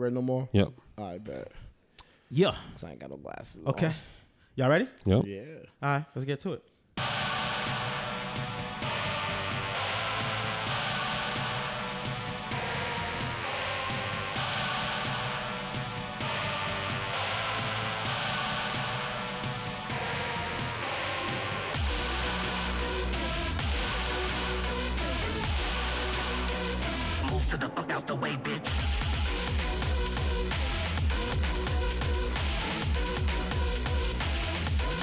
red no more? Yep. I bet. Yeah. 'Cause I ain't got no glasses. Okay. on. Y'all ready? Yep. Yeah. All right, let's get to it. Move to the fuck out the way, bitch.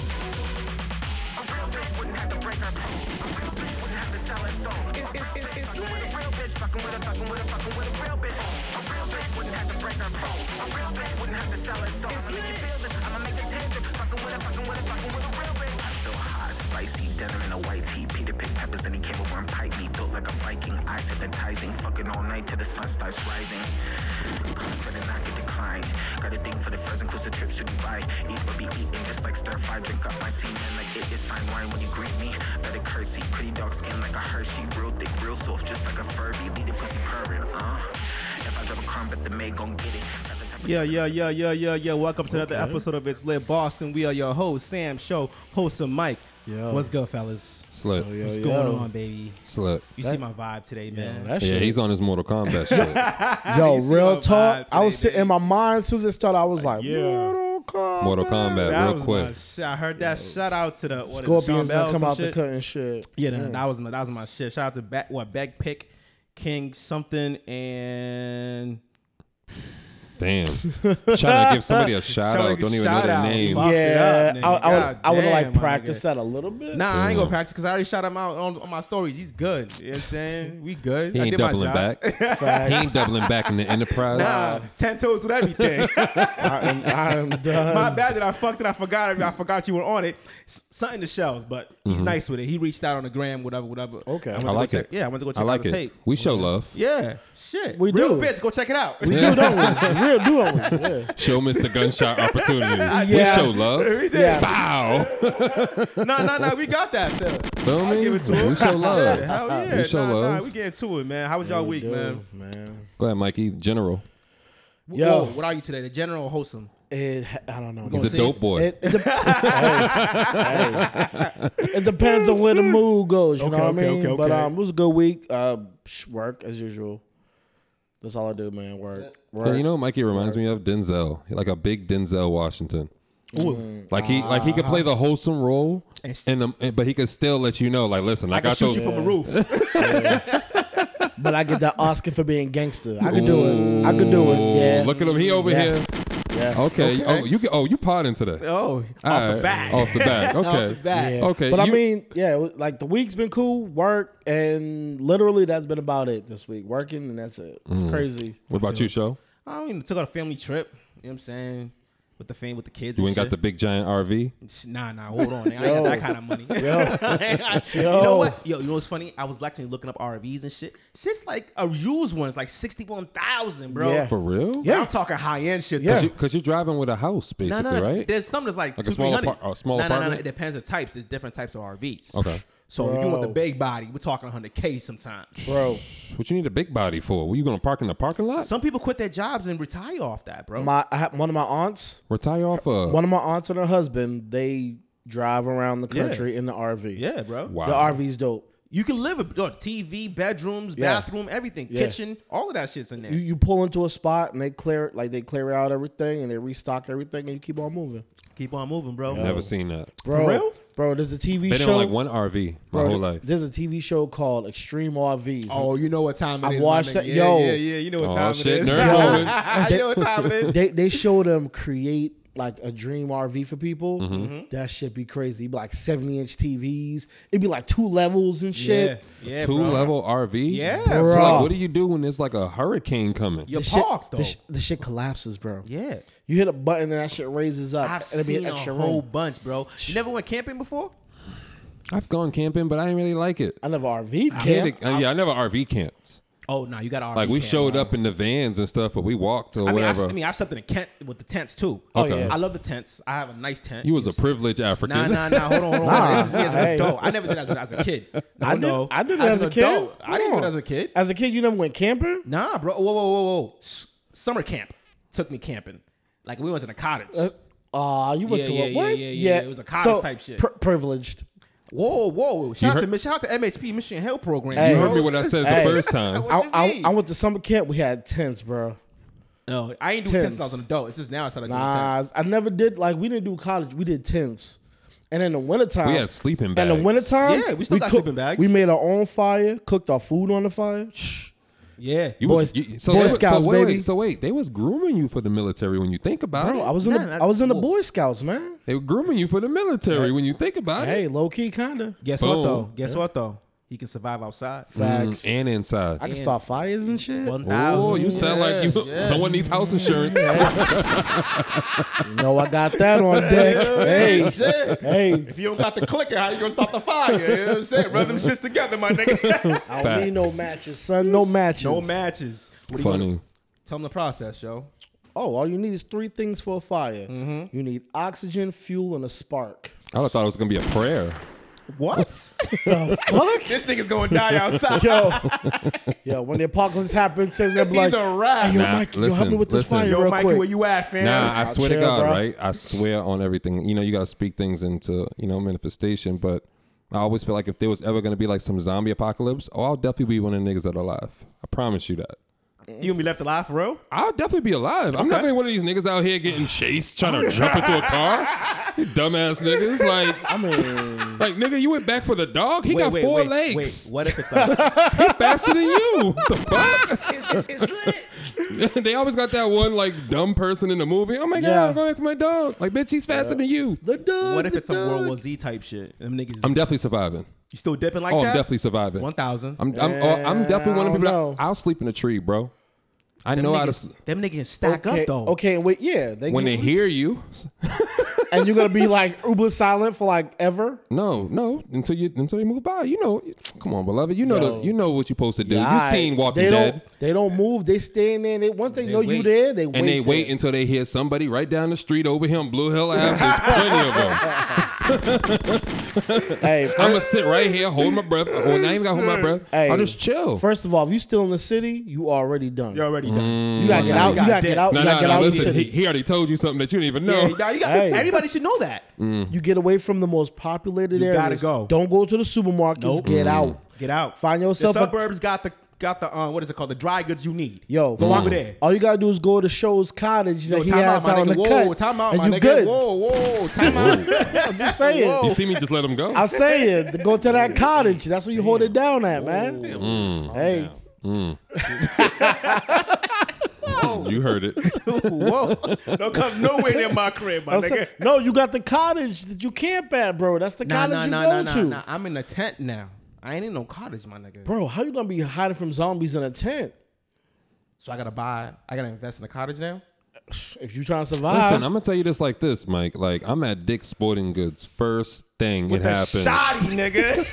A real bitch wouldn't have to break her pants. A real bitch wouldn't have to sell her soul. It's, it's, it's, it's lit. A real bitch fucking with a fucking with a fucking with a real bitch. A real bitch wouldn't have to break her pants. A real bitch wouldn't have to sell her soul. I'ma make you feel this. I'ma make a tangent. Fucking with a fucking with a fucking with a real bitch. I feel hot, spicy, denim in a white tee. Peter picked peppers and he came over and piped me. Built like a Viking, eyes hypnotizing. Fucking all night till the sun starts rising. Calls better not get declined. Got a thing for the furs, inclusive trips to Dubai. Eat or be eaten, just like stir fry. Drink up my semen like it is fine wine when you greet me. Better curtsy, pretty dark skin like a Hershey. Real thick, real soft, just like a Furby. Lead a pussy purring, uh. If I drop a crumb, bet the maid gon' get it. Got the type of- Yeah, yeah, yeah, yeah, yeah, yeah. Welcome to another episode of It's Lit Boston. We are your host, Sam Show, host of Mike. Yo. What's good, fellas? Slut. Yo, What's yo. going on, baby? Slut. You see my vibe today, man. that Yeah, shit. he's on his Mortal Kombat shit. Yo, You see my real talk. vibe I was today, sitting in my mind through this thought. I was like, yeah. Mortal Kombat. Mortal Kombat, That real was quick. my sh- I heard that shout out to the what is it, Sean Scorpions Bell, gonna come some out the shit? cut and shit. Yeah, that, that was my, that was my shit. Shout out to back what back pick King something and Damn. Trying to give somebody a shout out. Don't even know Shout their out. name. Fuck it Yeah, up, nigga. I, I would. I would God like damn, my practice nigga. that a little bit. Nah, I ain't gonna practice because I already shot him out on, on my stories. He's good. You know what I'm saying? We good. He I ain't did my doubling job. back. He ain't doubling back in the enterprise. Nah, ten toes with everything. I am, I am done. My bad that I fucked it. I forgot it. I forgot you were on it. S- Something to shells, but he's nice with it. He reached out on the gram, whatever, whatever. Okay. went to go I Mm-hmm. like check- it. Yeah, I went to go check I like out the it. tape. We show love. Yeah, shit. We Real do. bitch, go check it out. We do, don't we? Real do, don't we? Yeah. Show miss the gunshot opportunity. Yeah. We show love. Yeah. Bow. Nah, nah, nah. We got that still. Feel me? Give it to him. We show Yeah, love. Hell yeah. We show nah, love. nah, we getting to it, man. How was y'all week, man? man. Go ahead, Mikey. General. Yo. Whoa, what are you today? The general or wholesome? It, I don't know. He's man. a dope boy. It, it, dep- hey, hey. it depends on where the mood goes. You know Okay, what I okay, mean? okay, But okay. um, it was a good week. Uh, psh, work as usual. That's all I do, man. Work, work. Yeah, you know what Mikey reminds me of? Denzel. Like a big Denzel Washington. Mm. Like he like he could play the wholesome role, And s- and, um, and- but he could still let you know. Like, listen, I, I can got shoot those. you from a roof. but I get that Oscar for being gangster. I could do it. I could do it. Yeah. Look at him. He over Yeah. here. Yeah. Okay. Oh, you can, oh you part into that. oh, off the back. Off the back. Okay. off the back. Yeah. Okay, But I you- mean, yeah, it was- like the week's been cool. Work and literally that's been about it this week. Working and that's it. Mm. It's crazy. What about you, show? I don't even took out a family trip. You know what I'm saying? With the fam, with the kids. You and ain't got shit. the big giant RV. Nah, nah, hold on. nigga. I ain't got that kind of money. you Yo. know what? Yo, you know what's funny? I was actually looking up RVs and shit. Shit's like a used one. It's like sixty one thousand, bro. Yeah. For real? Yeah. I'm talking high end shit. Yeah. though. Because you're driving with a house, No, basically, no, no. right? There's some that's like, Like a two, small 300. apart- a small no, no, no, no. apartment? It depends on types. There's different types of RVs. Okay. So if you want the Bro. big body, we're talking 100k sometimes. Bro, What you need a big body for? Were you gonna park in the parking lot? Some people quit their jobs and retire off that, bro. my I have, one of my aunts, Retire off of. one of my aunts and her husband, they drive around the country in the RV. yeah, bro. wow. The RV's dope. You can live with dog, TV, bedrooms, Yeah. bathroom, everything, Yeah. kitchen, all of that shit's in there. You, you pull into a spot and they clear like they clear out everything and they restock everything and you keep on moving. Keep on moving, bro. Never seen that. Bro, real? bro, there's a TV They show. don't like one RV my bro, whole life. There's a TV show called Extreme RVs. Oh, you know what time it I is. my watched nigga. that- Yeah, yo. yeah, yeah. You know what Oh, time shit, it is. nerd moment. you know what time it is. they they show them create like a dream RV for people. Mm-hmm. Mm-hmm. That shit be crazy. It'd be like seventy inch TVs. It'd be like two levels and shit. Yeah, yeah Two bro. level RV. Yeah. So Bruh. like, what do you do when there's like a hurricane coming? You're The shit, parked though. the, sh- the shit collapses, bro. yeah, You hit a button and that shit raises up. I've It'll be seen an extra a whole room. bunch, bro. You never went camping before? I've gone camping, but I didn't really like it. I never RV I camp. hated- uh, yeah, I never RV camped. Oh no, you got to Like we showed up in the vans and stuff, but we walked or I mean, I, whatever. I mean, I've slept in a tent with the tents too. Oh, Okay. yeah. I love the tents. I have a nice tent. you was a privileged African. Nah, nah, nah. Hold on, hold on. Nah, This is- this is hey. adult. I never did that as, a- as a kid. No, I did, no. I did it As as, an a kid. adult. I didn't do Hold it on. as a kid. As a kid, you never went camping? Nah, bro. Whoa, whoa, whoa, whoa. S- summer camp. took me camping. Like we was in a cottage. Ah, you went Yeah, to yeah, a yeah, what? yeah, yeah, yeah. It was a college type shit. pri- privileged. whoa, whoa! You Shout out to heard- Mich- shout out to MHP Michigan Hill Program. Hey. You bro. heard me when I said it Hey. the first time. What I, you I, mean? I went to summer camp. We had tents, bro. No, I ain't do Tents. tents since I was an adult. It's just now I started doing Nah, tents. I never did. Like we didn't do college. We did tents. And in the wintertime, We had sleeping In the bags. wintertime, Yeah, we still got cooked- sleeping bags. We made our own fire, cooked our food on the fire. Shh. Yeah, You Boys- was, you, so Boy they- Scouts, so wait, baby. Wait, so wait, they was grooming you for the military when you think about Bro, it. I was in Nah, the nah, I was in the cool. Boy Scouts, man. they were grooming you for the military when you think about Hey, low key, kinda guess Boom. what though? Guess what though? He can survive outside. it. Mm, facts. and inside. I can and- start fires and shit. One Oh, thousand. you sound like you. Yeah, yeah. Someone needs house insurance. You know, I got that on deck. hey, Shit. hey, If you don't got the clicker, how you gonna stop the fire? You know what I'm saying? Rub them shits together, my nigga. I don't need no Facts. matches, son. No matches. no matches. What do you Funny. wanna- Tell them the process, yo. Oh, all you need is three things for a fire. Mm-hmm. You need oxygen, fuel, and a spark. I would've thought it was gonna be a prayer. What? The fuck? this nigga's gonna die outside. Yo, yo, when the apocalypse happens, says they're He's like, a rat. "Hey, yo, Nah, Mikey, yo, help me listen, with this listen. fire Yo, real quick." you at, fam? Nah, I Nah, swear to chill, God, bro. right? I swear on everything. You know, you gotta speak things into you know manifestation. But I always feel like if there was ever gonna be like some zombie apocalypse, oh, I'll definitely be one of the niggas that are alive. I promise you that. You gonna be left alive for real? I'll definitely be alive. I'm not gonna be one of these niggas out here getting chased, trying to jump into a car. You dumbass niggas. Like, I mean, like nigga, you went back for the dog. He got four wait, legs. Wait, what if it's like Faster than you. the It's, it's, it's lit. fuck? they always got that one like dumb person in the movie. Oh my god, Yeah. I'm going back for my dog. Like, bitch, he's faster than you. the dog. what if the it's some dog. World War Z type shit? Them niggas, I'm definitely surviving. you still dipping like Oh, that? I'm definitely surviving. One thousand. I'm I'm, oh, I'm definitely one of the I people. don't that- I'll sleep in a tree, bro. I know how to. s- Them niggas stack Okay, up though. okay, and wait, yeah, they When they can- hear you, and you're gonna be like uber silent for like ever. No, no, until you until they move by. You know, come on, beloved. You know Yo. the, you know what you're supposed to do. you Alright, seen Walking they Dead. Don't, they don't move. They stay in there. And they, once they, know you wait. there, they wait. and they wait there. until they hear somebody right down the street over here on Blue Hill Ave. There's plenty of them. Hey, I'm gonna first, sit right here, hold my breath. Oh, I ain't even gotta hold my breath. Hey. I'll just chill. first of all, if you still in the city, you already done. You already Mm. done. You gotta get out. You got gotta dick. get out. no, You gotta no, get no. out of the Listen, he, city. he already told you something that you didn't even Yeah, know. nah, you got, Hey. Everybody should know that. You get away from the most populated You areas. gotta go. Don't go to the supermarkets. Get out. Get out. Find yourself The a- suburbs got the got the uh, what is it called? The dry goods you need. Yo, go fuck- over there. All you gotta do is go to Show's cottage that Yo, he time out, has my out on nigga. the Whoa, cut. time out, and my you nigga. good. Whoa, whoa, time out. I'm just saying. You see me just let him go. I'm saying to go to that cottage. That's where you hold it down at, man. hey, you heard it. Whoa. Don't come nowhere near my crib, my I'm saying- no, you got the cottage that you camp at, bro. That's the Nah, cottage nah, you nah, go nah, nah, to, nah. I'm in a tent now. I ain't in no cottage, my nigga. bro. How you gonna be hiding from zombies in a tent So I gotta buy. I gotta invest in a cottage now. if you trying to survive? Listen, I'm gonna tell you this like this, Mike. Like I'm at Dick's Sporting Goods. First thing it The happens. shoddy, nigga.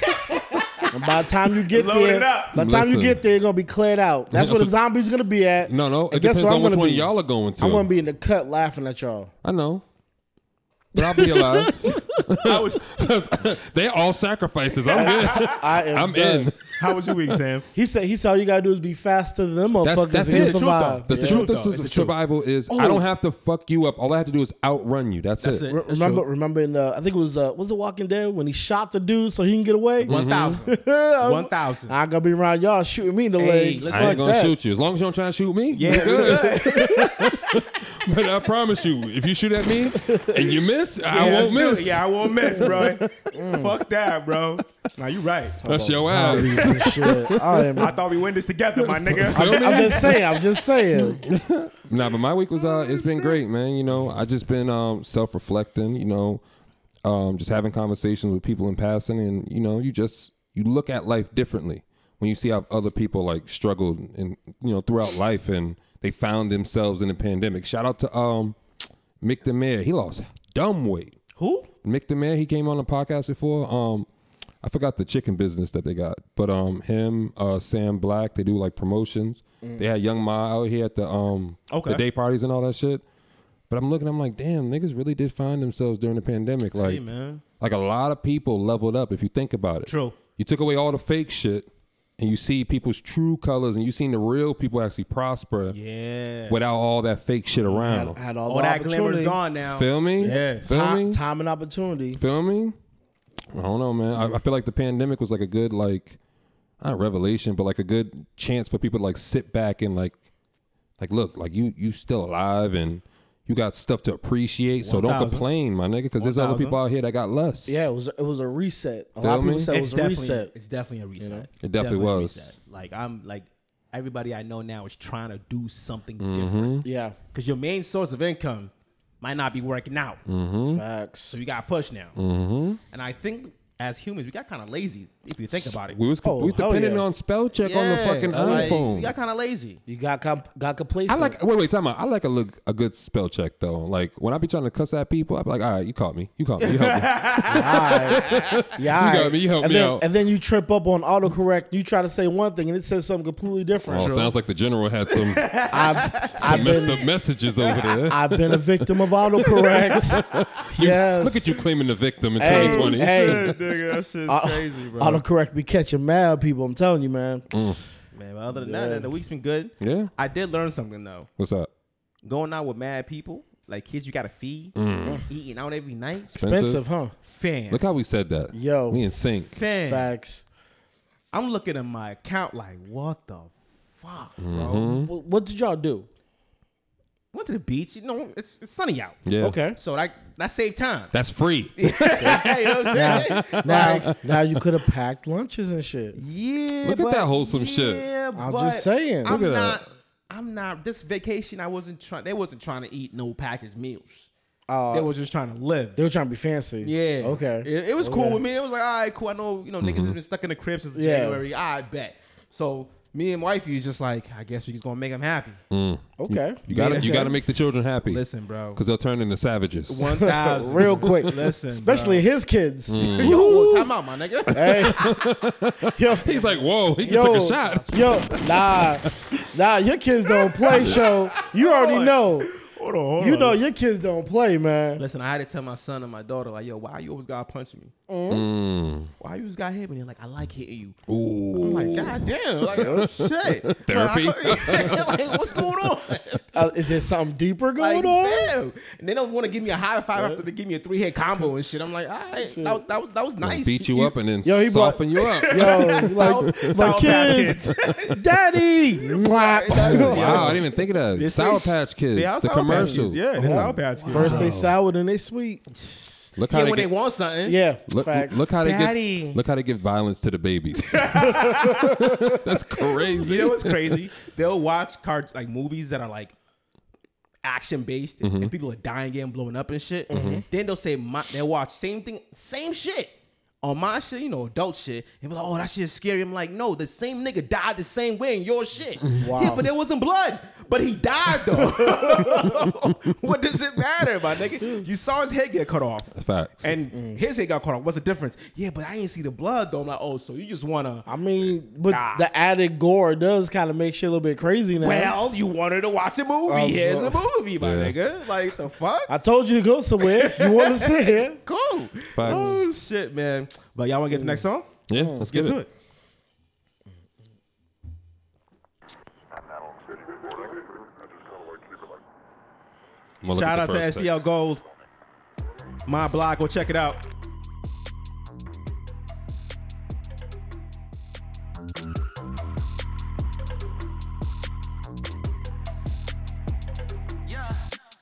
and by the time you get Load it there, up. by the time you Listen. get there, it's gonna be cleared out. That's where the zombies gonna be at. No, no. It And guess depends where I'm on which gonna one be? y'all are going to. I'm gonna be in the cut laughing at y'all. I know. But I'll be alive. how, was, They're all sacrifices. I'm in. I am. I'm done. in. how was your week, Sam? He said he said all you gotta do is be faster than them That's, motherfuckers that's and you'll it. survive. The Yeah. truth of though. It's the truth. survival is I don't have to fuck you up. All I have to do is outrun you. That's, That's it. it. Re- That's remember, true. remember in uh, I think it was uh, was it Walking Dead when he shot the dude so he can get away. One thousand. I'm- One thousand. I ain't gonna be around y'all shooting me in the Hey, legs. listen- I Fuck ain't gonna that. shoot you as long as you don't try to shoot me. Yeah, we good. but I promise you, if you shoot at me and you miss, I Yeah, won't sure. miss. Yeah, I won't miss, bro. Mm. Fuck that, bro. Nah, you right. That's your Zombies ass. and shit. I am. I thought we win this together, my nigga. Feel me? I'm just saying. I'm just saying. Nah, but my week was uh, it's been great, man. You know, I just been um self reflecting. You know, um, just having conversations with people in passing, and you know, you just you look at life differently when you see how other people like struggled and you know throughout life, and they found themselves in a pandemic. Shout out to um Mick the Mayor. He lost dumb weight. Who? Mick the Man, he came on the podcast before. Um, I forgot the chicken business that they got, but um, him, uh, Sam Black, they do like promotions. They had Young Ma out here at the um, Okay. the day parties and all that shit. But I'm looking, I'm like, damn, niggas really did find themselves during the pandemic. Like, Hey, man. like a lot of people leveled up if you think about it. True. You took away all the fake shit. and you see people's true colors and you seen the real people actually prosper Yeah. without all that fake shit around Had, them. had all, All the that glamour's opportunity. gone now. Feel me? Yeah. Feel Time, me? time and opportunity. Feel me? I don't know, man. I, I feel like the pandemic was like a good like not revelation, but like a good chance for people to like sit back and like like look, like you you still alive and you got stuff to appreciate. So don't 1,000. complain, my nigga, because there's other 1,000. people out here that got less. Yeah, it was it was a reset. A lot Feel of people me? said it it's was a definitely reset. it's definitely a reset. It definitely a was. reset. Like I'm like everybody I know now is trying to do something different Yeah, because your main source of income might not be working out. facts. Hmm? So you got to push now. And I think as humans, we got kind of lazy if you think about it. We was Oh, we was hell depending yeah. on spell check on the Yeah, fucking like, iPhone. We got kind of lazy. You got comp- got complacent. I like wait wait time out. I like a look a good spell check though. Like when I be trying to cuss at people, I be like, all right, you caught me, you caught me, you helped me. Yeah, all got right. me. You helped and me then, out. And then you trip up on autocorrect. You try to say one thing and it says something completely different. oh, sounds like the general had some I've, some I've messed been, up messages over there. I've been a victim of autocorrect. yes. Look at you claiming the victim in Hey, 2020. hey. nigga, that shit's Uh, Auto- Autocorrect be catching mad people. I'm telling you, man. Mm, Man, but other than that, the week's been good. Yeah. I did learn something though. What's up? Going out with mad people, like kids, you got to feed, eating out every night. Expensive, huh? Fan, Look how we said Mm. that. Yo. we in sync. fan. Facts. I'm looking at my account like, what the fuck, bro? Mm-hmm. What, what did y'all do? Went to the beach. You know, it's, it's sunny out, Yeah. Okay. so that that saved time. That's free. you know what I'm saying? Now, now you could have packed lunches and shit. Yeah. Look at but- that wholesome shit. Yeah, I'm but just saying. I'm Look at not. I'm not. This vacation, I wasn't trying. They wasn't trying to eat no packaged meals. Uh, they was just trying to live. They were trying to be fancy. Yeah. Okay. It, it was cool Okay. with me. It was like, all right, cool. I know, you know, niggas Mm-hmm. has been stuck in the crib since Yeah. January. I bet. So me and wifey is just like, I guess we just gonna make them happy. Mm. Okay. You got to Yeah. you got to make the children happy. Listen, bro. because they'll turn into savages. One thousand. Real quick. Listen, Especially his kids. Mm. bro. Yo, time out, my nigga. Hey. Yo. He's like, whoa, he just Yo, took a shot. yo, nah, nah, your kids don't play. Show you already know. hold on, hold You know your kids don't play, man. Listen, I had to tell my son and my daughter, like, yo, why you always gotta punch me? Mm. Mm. Why you always gotta hit me? They're like, I like hitting you. Ooh, I'm like, Oh God damn, like, oh shit. Therapy? Like, I- like, what's going on? Uh, is there something deeper Like, going on? damn. And they don't want to give me a high five after they give me a three hit combo and shit. I'm like, all right, that was that was that was nice. beat you, up and then Yo, he brought- soften you up. Yo, like Sour- my Sour Patch kids, daddy. Mwah. wow, I didn't even think of that. This Sour is- Patch Kids, They the are Sour Patch commercials. Kids. Yeah, they Sour Patch Kids. First they sour, then they sweet. Look how Yeah, they, when they get- want something. Yeah, look, facts. look how they Daddy. give look how they give violence to the babies. That's crazy. You know what's crazy? They'll watch cards like movies that are like action based and people are dying, getting blown up and shit. Then they'll say my, they'll watch same thing, same shit on my shit, you know, adult shit, and be like, "Oh, that shit's scary." I'm like, "No, the same nigga died the same way in your shit. Yeah, but there wasn't blood, but he died though. what does it matter, my nigga? You saw his head get cut off." Facts. And his head got cut off. What's the difference? Yeah, but I didn't see the blood though. I'm like, oh, so you just wanna I mean, but Nah. the added gore does kind of make shit a little bit crazy now. Well, you wanted to watch a movie. Oh, Here's a movie, my Yeah. nigga. Like the fuck? I told you to go somewhere. If you want to sit here? cool. Oh shit, man. But y'all wanna get to the next song? yeah, let's Get get, to it. it. I'm gonna look Shout at out the to first STL text. Gold. My blog, go check it out. Yeah,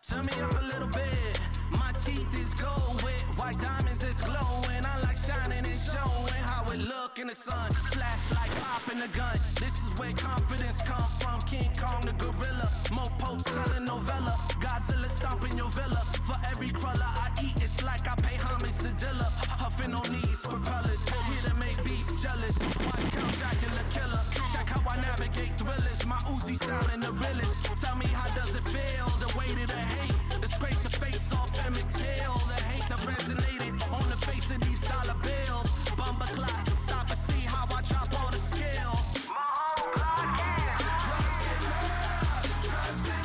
turn me up a little bit. My teeth is gold with white diamonds is glowing. I like shining and showing how it look in the sun. Flashlight popping the gun. This is where confidence comes from. King Kong the gorilla. More popes telling novella. Godzilla stomping your villa. For every cruller I eat, it's like I pay homage to Dilla. Huffing on these propellers. Here to make beasts jealous. Watch Count Dracula killer. Check how I navigate thrillers. My Uzi sounding the realest. Tell me how does it feel? The weight of the hate. To scrape the face off Emmett Till. The hate that resonated on the face of these dollar bills. Bumba clock. Stop and see how I drop all the skill. My whole block is drugs and murder.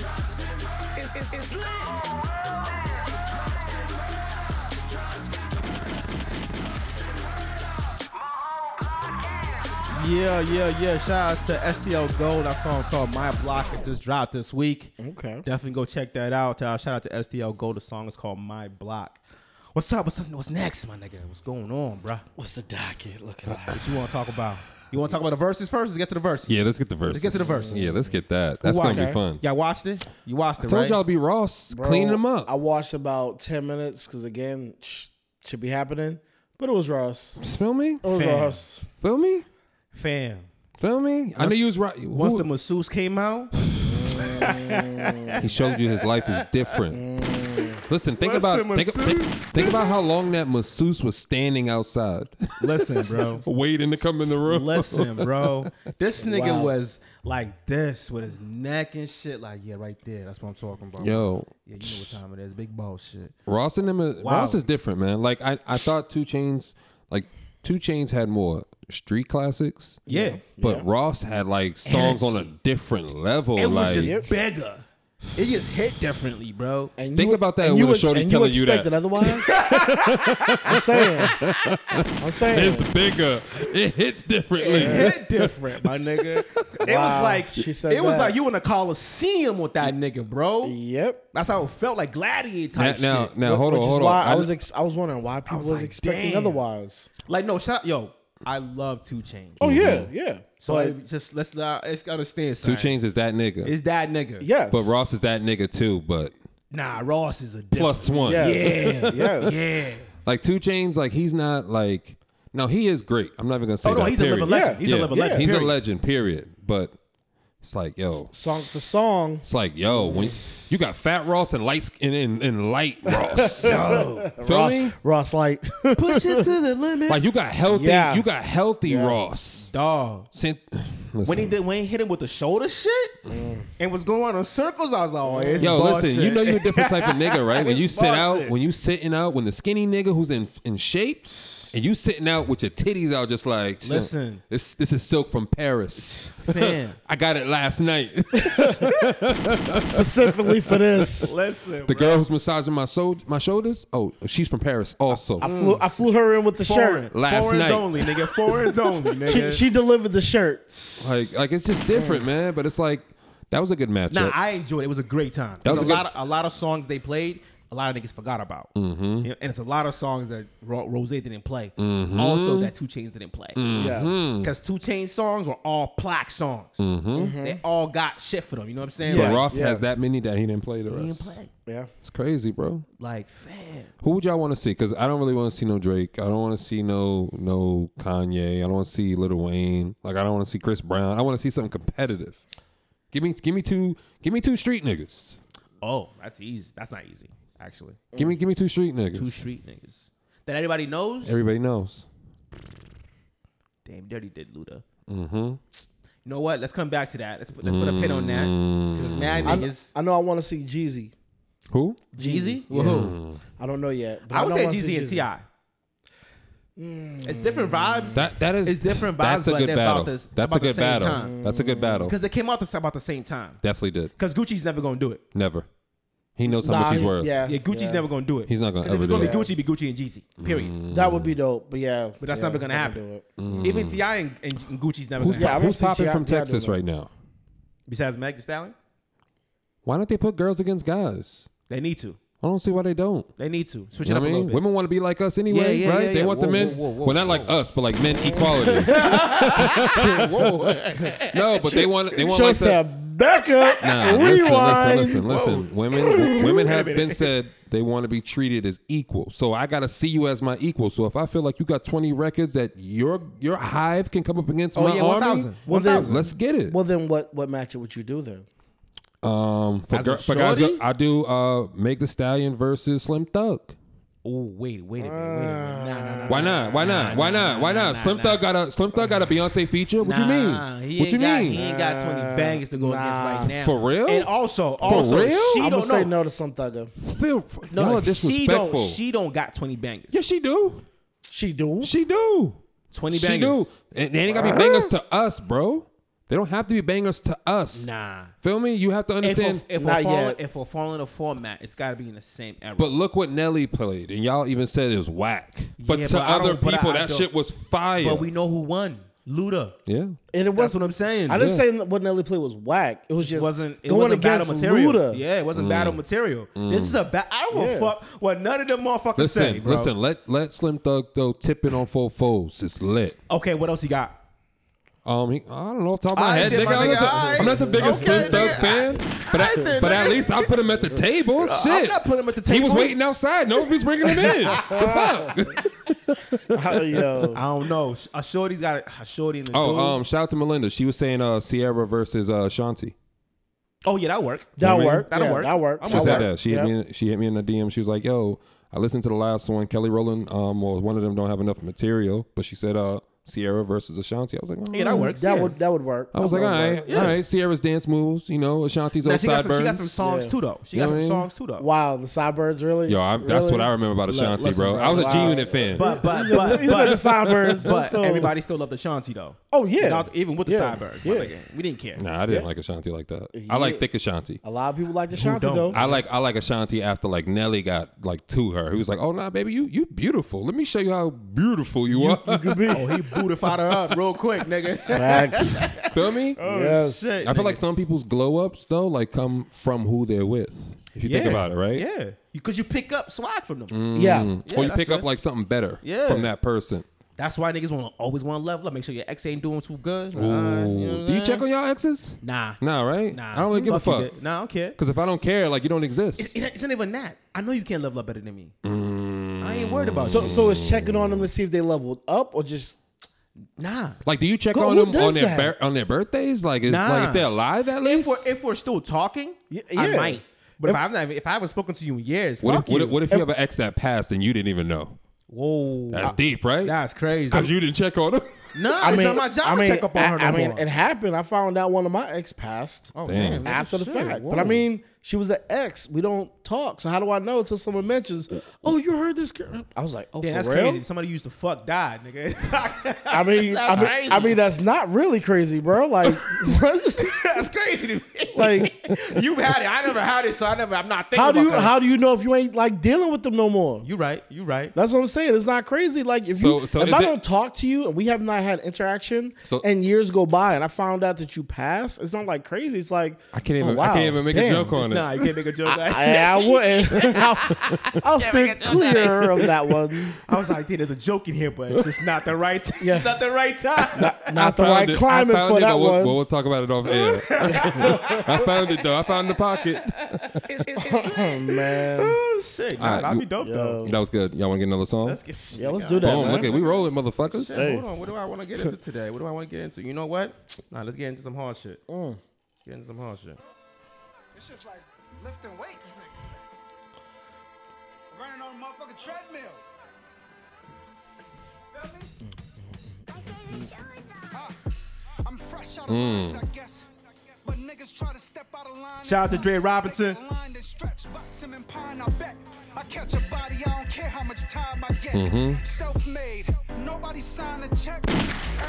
Drugs and murder. Drugs and murder. It's, it's, it's lit. Drugs and murder. Drugs and murder. Drugs and murder. My whole block is yeah, yeah, yeah. Shout out to STL Gold. That song called My Block. It just dropped this week. Okay. Definitely go check that out. Uh, shout out to STL Gold. The song is called My Block. What's up? What's up? What's next, my nigga? What's going on, bruh? What's the docket looking like? What you want to talk about? You want to talk about the verses first? Let's get to the verses. Yeah, let's get the verses. get to the verses. Yeah, let's get that. That's Who gonna watched- be fun. Y'all watched it? You watched it, Told right? y'all to be Ross Bro, cleaning them up. Oh, I watched about 10 minutes because, again, sh- should be happening. But it was Ross. Feel me? It was Fam. Ross. Feel me? Fam. Feel me? I know you was right. Who- Once the masseuse came out, He showed you his life is different. Mm. Listen, think about think, think, think about how long that masseuse was standing outside, listen, bro. waiting to come in the room. Listen, bro. This nigga Wow. was like this with his neck and shit. Like, yeah, right there. That's what I'm talking about. Yo, Yeah, you know what time it is. Big ball shit. Ross and them. Is, Wow. Ross is different, man. Like I, I thought Two Chains, like Two Chains had more street classics, Yeah. but Ross had like songs on a different level. It was like just bigger. It just hit differently, bro. And Think about that and with a ex- shorty and telling you that. expected Otherwise, I'm saying, I'm saying, it's bigger, it hits differently. It hit different, my nigga. It was Wow, like she said it was that. like you in a coliseum with that nigga, bro. yep. That's how it felt like gladiator Now, type now, shit. now, hold Which on, is hold on. why I I- was ex- I was wondering why people was, like, expecting damn. otherwise. Like no, shut up, yo. I love Two Chains. Oh yeah, yeah. so but it- just let's not let's understand. Two Two Chains Chains is that nigga, is that nigga. yes, but Ross is that nigga too. But Nah, Ross is a different. plus one, yes, yes. Yeah. Like Two Chains, like he's not like no, he is great. I'm not even gonna say Oh no, that. he's period. a living legend. Yeah. He's a Yeah, living yeah. legend. He's period. a legend. Period. But it's like yo, Song for song, it's like yo, when you got Fat Ross and light and, and, and light Ross, feel me? Ross Light. Push it to the limit. Like you got healthy, Yeah. you got healthy Ross. dog. Sin- When he listen. did, when he hit him with the shoulder shit, and was going on in circles, I was like, oh, it's Yo, bullshit. listen. You know you're a different type of nigga, right? When you It's sit out, bullshit. when you sitting out, when the skinny nigga who's in in shape, and you sitting out with your titties out, just like Listen. this this is silk from Paris. Fam. I got it last night. specifically for this. listen, The girl who's massaging my so- my shoulders. Oh, she's from Paris also. I flew, I flew her in with the foreign, shirt. Last foreigns night. only, nigga. Foreigns only, She, nigga. she delivered the shirt. like like it's just different, man. But it's like that was a good matchup. nah, I enjoyed it. It was a great time. That That was was a a, good- lot, of, a lot of songs they played. A lot of niggas forgot about, mm-hmm. and it's a lot of songs that Ro- Rose didn't play. Mm-hmm. Also, that Two Chains didn't play. Yeah. Because Two Chain songs were all plaque songs. Mm-hmm. They all got shit for them. You know what I'm saying? but Yeah. Ross has that many that he didn't play the Like, rest. Yeah. It's crazy, bro. Like, fam. Who would y'all want to see? Because I don't really want to see no Drake. I don't want to see no no Kanye. I don't want to see Lil Wayne. Like I don't want to see Chris Brown. I want to see something competitive. Give me give me two give me two street niggas. Oh, that's easy. That's not easy, actually. Give me give me two street niggas. Two street niggas that everybody knows. Everybody knows. Damn, Dirty did Luda. Mm-hmm. You know what? Let's come back to that. Let's put, let's put a pin on that. Mm. Because mad I, kn- niggas. I know I want to see Jeezy. Who? Jeezy? Yeah. Who? I don't know yet. But I would know say wanna see Mm. Jeezy and Ti. It's different vibes. That that is It's different vibes, That's a but good they're battle. about this- that's a about the good same battle. time. Mm. That's a good battle. Because they came out this, about the same time. Definitely did. Because Gucci's never gonna do it. Never. He knows how Nah, much he's he- worth. yeah. Uh, Yeah, Gucci's never gonna do it. He's not gonna 'Cause if ever it's do gonna that. be Gucci, it'd be Gucci and Jeezy. Period. That Mm. would be dope. But yeah. But that's yeah, never gonna it's not happen. do it. Even Ti and, and Gucci's never Who's, gonna happen. I'm who's gonna see popping from Ti- Ti do Texas that. right now? Besides Meg Thee Stallion, Why don't they put girls against guys? they need to. I don't see why they don't. They need to switch You know it up what I a mean? little bit. Women want to be like us anyway, Yeah, yeah, right? yeah, they yeah. want the Whoa, men. whoa, whoa, well, not like us, but like men equality. no, but they want they want Show like the, said, back up. Nah, listen, rewind. listen, listen, listen. Women, women have been said they want to be treated as equal. So I gotta see you as my equal. So if I feel like you got twenty records that your your hive can come up against Oh, my yeah, army, 1,000. Well, then- 1,000. let's get it. Well, then what, what matchup would you do then? um, for, As a gir- for guys, shorty? I do uh, make the stallion versus Slim Thug. Oh wait, wait a minute, wait a minute. Nah, nah, nah. Why not? Why not? Why not? Why not? Slim Thug got a Slim Thug got a Beyonce feature. What you Nah, mean? he What ain't you got, mean? He ain't got 20 bangers to go against right now. For real? And also, also real? she I'm don't gonna say know- no to some thugger. Feel, no, No, y'all are she disrespectful. don't. She don't got 20 bangers. yeah, she do. She do. She do. 20 She bangers. do. And they ain't gotta be bangers to us, bro. They don't have to be bangers to us. Nah. Feel me? You have to If we're, understand. if, we're Not following, yet. if we're following a format, it's got to be in the same era. but look what Nelly played, and y'all even said it was whack. But Yeah, to but I other don't- but I- people, I that don't- shit was fire. But we know who won. Luda. Yeah. And it That's was what I'm saying. I didn't say what Nelly played was whack. It was just wasn't it going wasn't against battle material. Luda. Yeah, it wasn't Mm. battle material. This is a battle. I don't give a Yeah. fuck what none of them motherfuckers Listen, say, bro. listen. Let let Slim Thug though tip it on four foes. It's lit. Okay, what else you got? Um, he, I don't know off the top of my I head. did Nigga, my I'm, nigga, not the, I- I'm not the biggest okay, Slim Thug nigga, fan, but I I, did, but nigga. at least I put him at the table. Shit, not putting him at the He was table. waiting outside. Nobody's bringing him in. the fuck. Yo. I don't know. Sh- A shorty's got a, a shorty in the Oh, dude. um, shout out to Melinda. She was saying uh Sierra versus uh Shanti. oh yeah, that work. That'll mean? work. That'll yeah, work. That'll work. I'm She with said That'll that. work. She Yep. hit me. In, she hit me in the DM. She was like, "Yo, I listened to the last one. Kelly Rowland, um, or one of them don't have enough material." But she said, "Uh, Sierra versus Ashanti." I was like, oh, Yeah, that works. That yeah. would that would work. I was That like, all would work. right, all right. Sierra's dance moves, you know, Ashanti's Now, old she, got some, she got some sideburns. songs Yeah. too, though. She You got know what some I mean? songs too, though. Wow, the sideburns really? Yo, I, that's Really? what I remember about Ashanti, listen, bro. bro. I was a Wow. G Unit fan. But but but These are the but, sideburns. but so- everybody still loved Ashanti though. Oh, yeah. Without- even with the Yeah. sideburns. my Yeah. nigga. we didn't care. nah, I didn't like Ashanti like that. I Yeah. like thick Ashanti. A lot of people like the Shanti don't? though. I like I like Ashanti after like Nelly got like to her. He was like, "Oh nah, baby, you you beautiful. Let me show you how beautiful you, are." Oh, he bootified her up real quick, nigga. Facts. Feel me? Oh, yes. Shit, I feel nigga. like some people's glow ups though like come from who they're with. If you think Yeah. about it, right? Yeah, because you pick up swag from them. Yeah. Mm. or you that's pick up it. like something better Yeah. from that person. That's why niggas want to always want to level up. Make sure your ex ain't doing too good. uh, Ooh. Do you check on y'all exes? Nah, Nah, right? nah. I don't really give a Fuck you, fuck. dude. Nah, I don't care. Because if I don't care, like you don't It's, exist. it's not even that. I know you can't level up better than me. I ain't worried about So you. so it's checking on them to see if they leveled up or just Nah. Like, do you check Girl, on who them on does their that? bir- on their birthdays? Like, is Nah. like if they're alive at least? If we're, if we're still talking, Y- I yeah. might. But if, I'm not, if I haven't spoken to you in years, what, fuck if, what, you. if, what if you have an ex that passed and you didn't even know? Whoa, That's deep, right? that's crazy. Because you didn't check on them. no, I it's mean, not my job I mean, to check up on I, her. No I mean, more. it happened. I found out one of my ex passed oh, Damn. man, after the shit, fact. But whoa. I mean, she was an ex. We don't talk. So how do I know until someone mentions, oh, you heard this girl? I was like, oh, Damn, for that's real? crazy. Somebody used to fuck died, nigga. I mean, I That's mean, crazy. I mean, that's not really crazy, bro. Like, that's crazy to me. like, You've had it. I never had it, so I never. I'm not thinking. how do about you that. how do you know if you ain't like dealing with them no more? You right. You right. That's what I'm saying. It's not crazy. Like if So- you so if is I it- don't talk to you and we have not had interaction So- and years go by and I found out that you passed, it's not like crazy. It's like I can't oh, even. I wow. can't even make Damn. a joke on it. Nah, you can't make a joke. like- I, I wouldn't. I'll, I'll steer clear of that one. I was like, "Dude, there's a joke in here, but it's just not the right. Yeah. It's not the right time. Not the Found right it. I climate found for it, that but we'll, one. Well, we'll talk about it off air. I found it though. I found the pocket. oh man. oh shit, nah, All right, that'd you- be dope though. Yo. That was good. Y'all want to get another song? Let's get Yeah, let's do that. Boom! man. Look at we rolling, motherfuckers. Hey. Hold on, what do I want to get into today? What do I want to get into? You know what? Nah, let's get into some hard shit. Let's get into some hard shit. It's just like lifting weights, nigga. Running on a motherfucking treadmill. Feel me? Uh, I'm fresh Hmm. out of lines, I guess. But niggas try to step out of line. Shout out to Dre They Robinson. get lined and stretched, box him and pine, I bet. I catch a body, I don't care how much time I get. Mm-hmm. Self-made, nobody signed a check.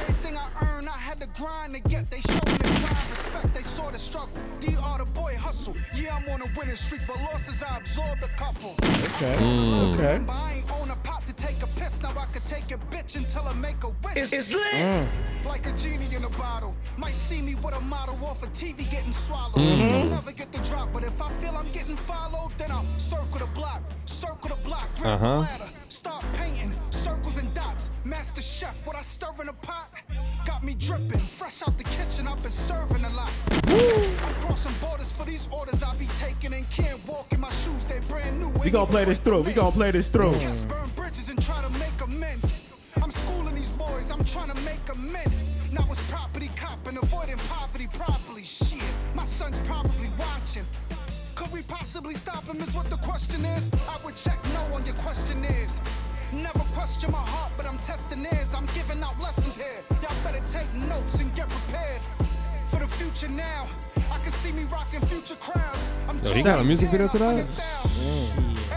Everything I earn, I had to grind to get. They showing the grind, respect, they saw the struggle. DR the boy hustle. Yeah, I'm on a winning streak, but losses I absorbed a couple. Okay. Okay. Hmm. Okay. I ain't own a pop to take a piss. Now I could take a bitch until I make a wish. It's, lit. Like a genie in a bottle. Might see me with a model off a TV getting swallowed. Never get the drop, but if I feel I'm getting followed, then I'll circle the block, circle the block, grab the Uh-huh. ladder, start painting circles and dots. Master chef, what I stir in a pot got me dripping. Fresh out the kitchen, I've been serving a lot. I'm crossing borders for these orders I be taking and can't walk in my shoes, they brand new. We gonna play this through. We gonna play this through. Cats burn bridges and try to make amends. I'm schooling these boys, I'm trying to make amends. Now it's property cop and avoiding poverty properly. Shit, my son's probably watching. Could we possibly stop him? Is what the question is. I would check no on your question is. Never question my heart, but I'm testing ears. I'm giving out lessons here. Y'all better take notes and get prepared for the future now. I can see me rocking future crowds. I'm Yo, he got a music video to that?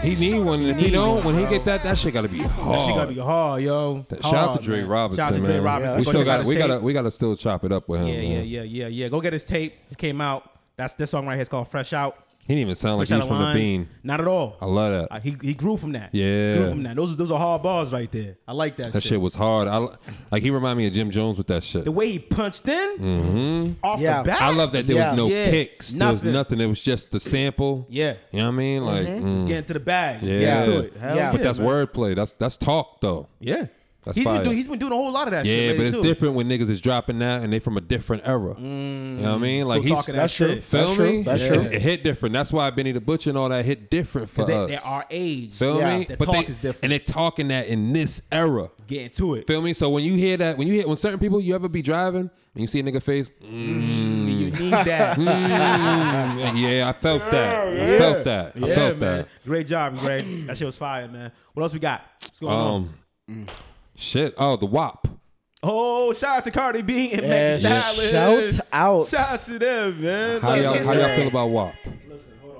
He need one. and If he don't, when he get that, that shit gotta be hard. She gotta be hard, yo. Shout out to Hard, Dre man. Robinson, Shout out to Dre man. Robinson. Yeah. We Go still check out got his we tape. Mm-hmm. gotta we gotta still chop it up with him. Yeah, yeah, man. yeah, yeah, yeah. Go get his tape. This came out. That's this song right here. It's called Fresh Out. He didn't even sound like Fresh he was out of from lines. the bean. Not at all. I love that. Uh, he he grew from that. Yeah. grew from that. Those those are hard bars right there. I like that. that shit was hard. I li- like he reminded me of Jim Jones with that shit. the way he punched in off Yeah. the bat. Mm-hmm. I love that there Yeah. was no Yeah. kicks. There Nothing. was nothing. It was just the sample. Yeah. You know what I mean? Like mm, Get into the bag. Yeah, Yeah. to it. Hell Yeah. But that's man. wordplay. That's that's talk though. Yeah, That's he's been fire. doing he's been doing a whole lot of that. shit Yeah, lately, but it's too. different when niggas is dropping that and they from a different era. you know what I mean? Like Still he's talking That's that true. shit. feel That's me? true. That's Yeah. true. It, it hit different. That's why Benny the Butcher and all that hit different for Because us. they, they are age. Feel Yeah. me? Their But talk they- is different. And they're talking that in this era. Get into it. Feel me? So when you hear that, when you hear when certain people you ever be driving and you see a nigga face, mm, You need that. yeah, I felt that. I felt that. I felt man. that. Great job, Greg. That shit was fire, man. What else we got? What's going on? Um, shit. Oh, the WAP. Oh, shout out to Cardi B and Yeah, Megan Thee Stallion. shout out. Shout out to them, man. How Like, y'all, it's how y'all lit. feel about WAP?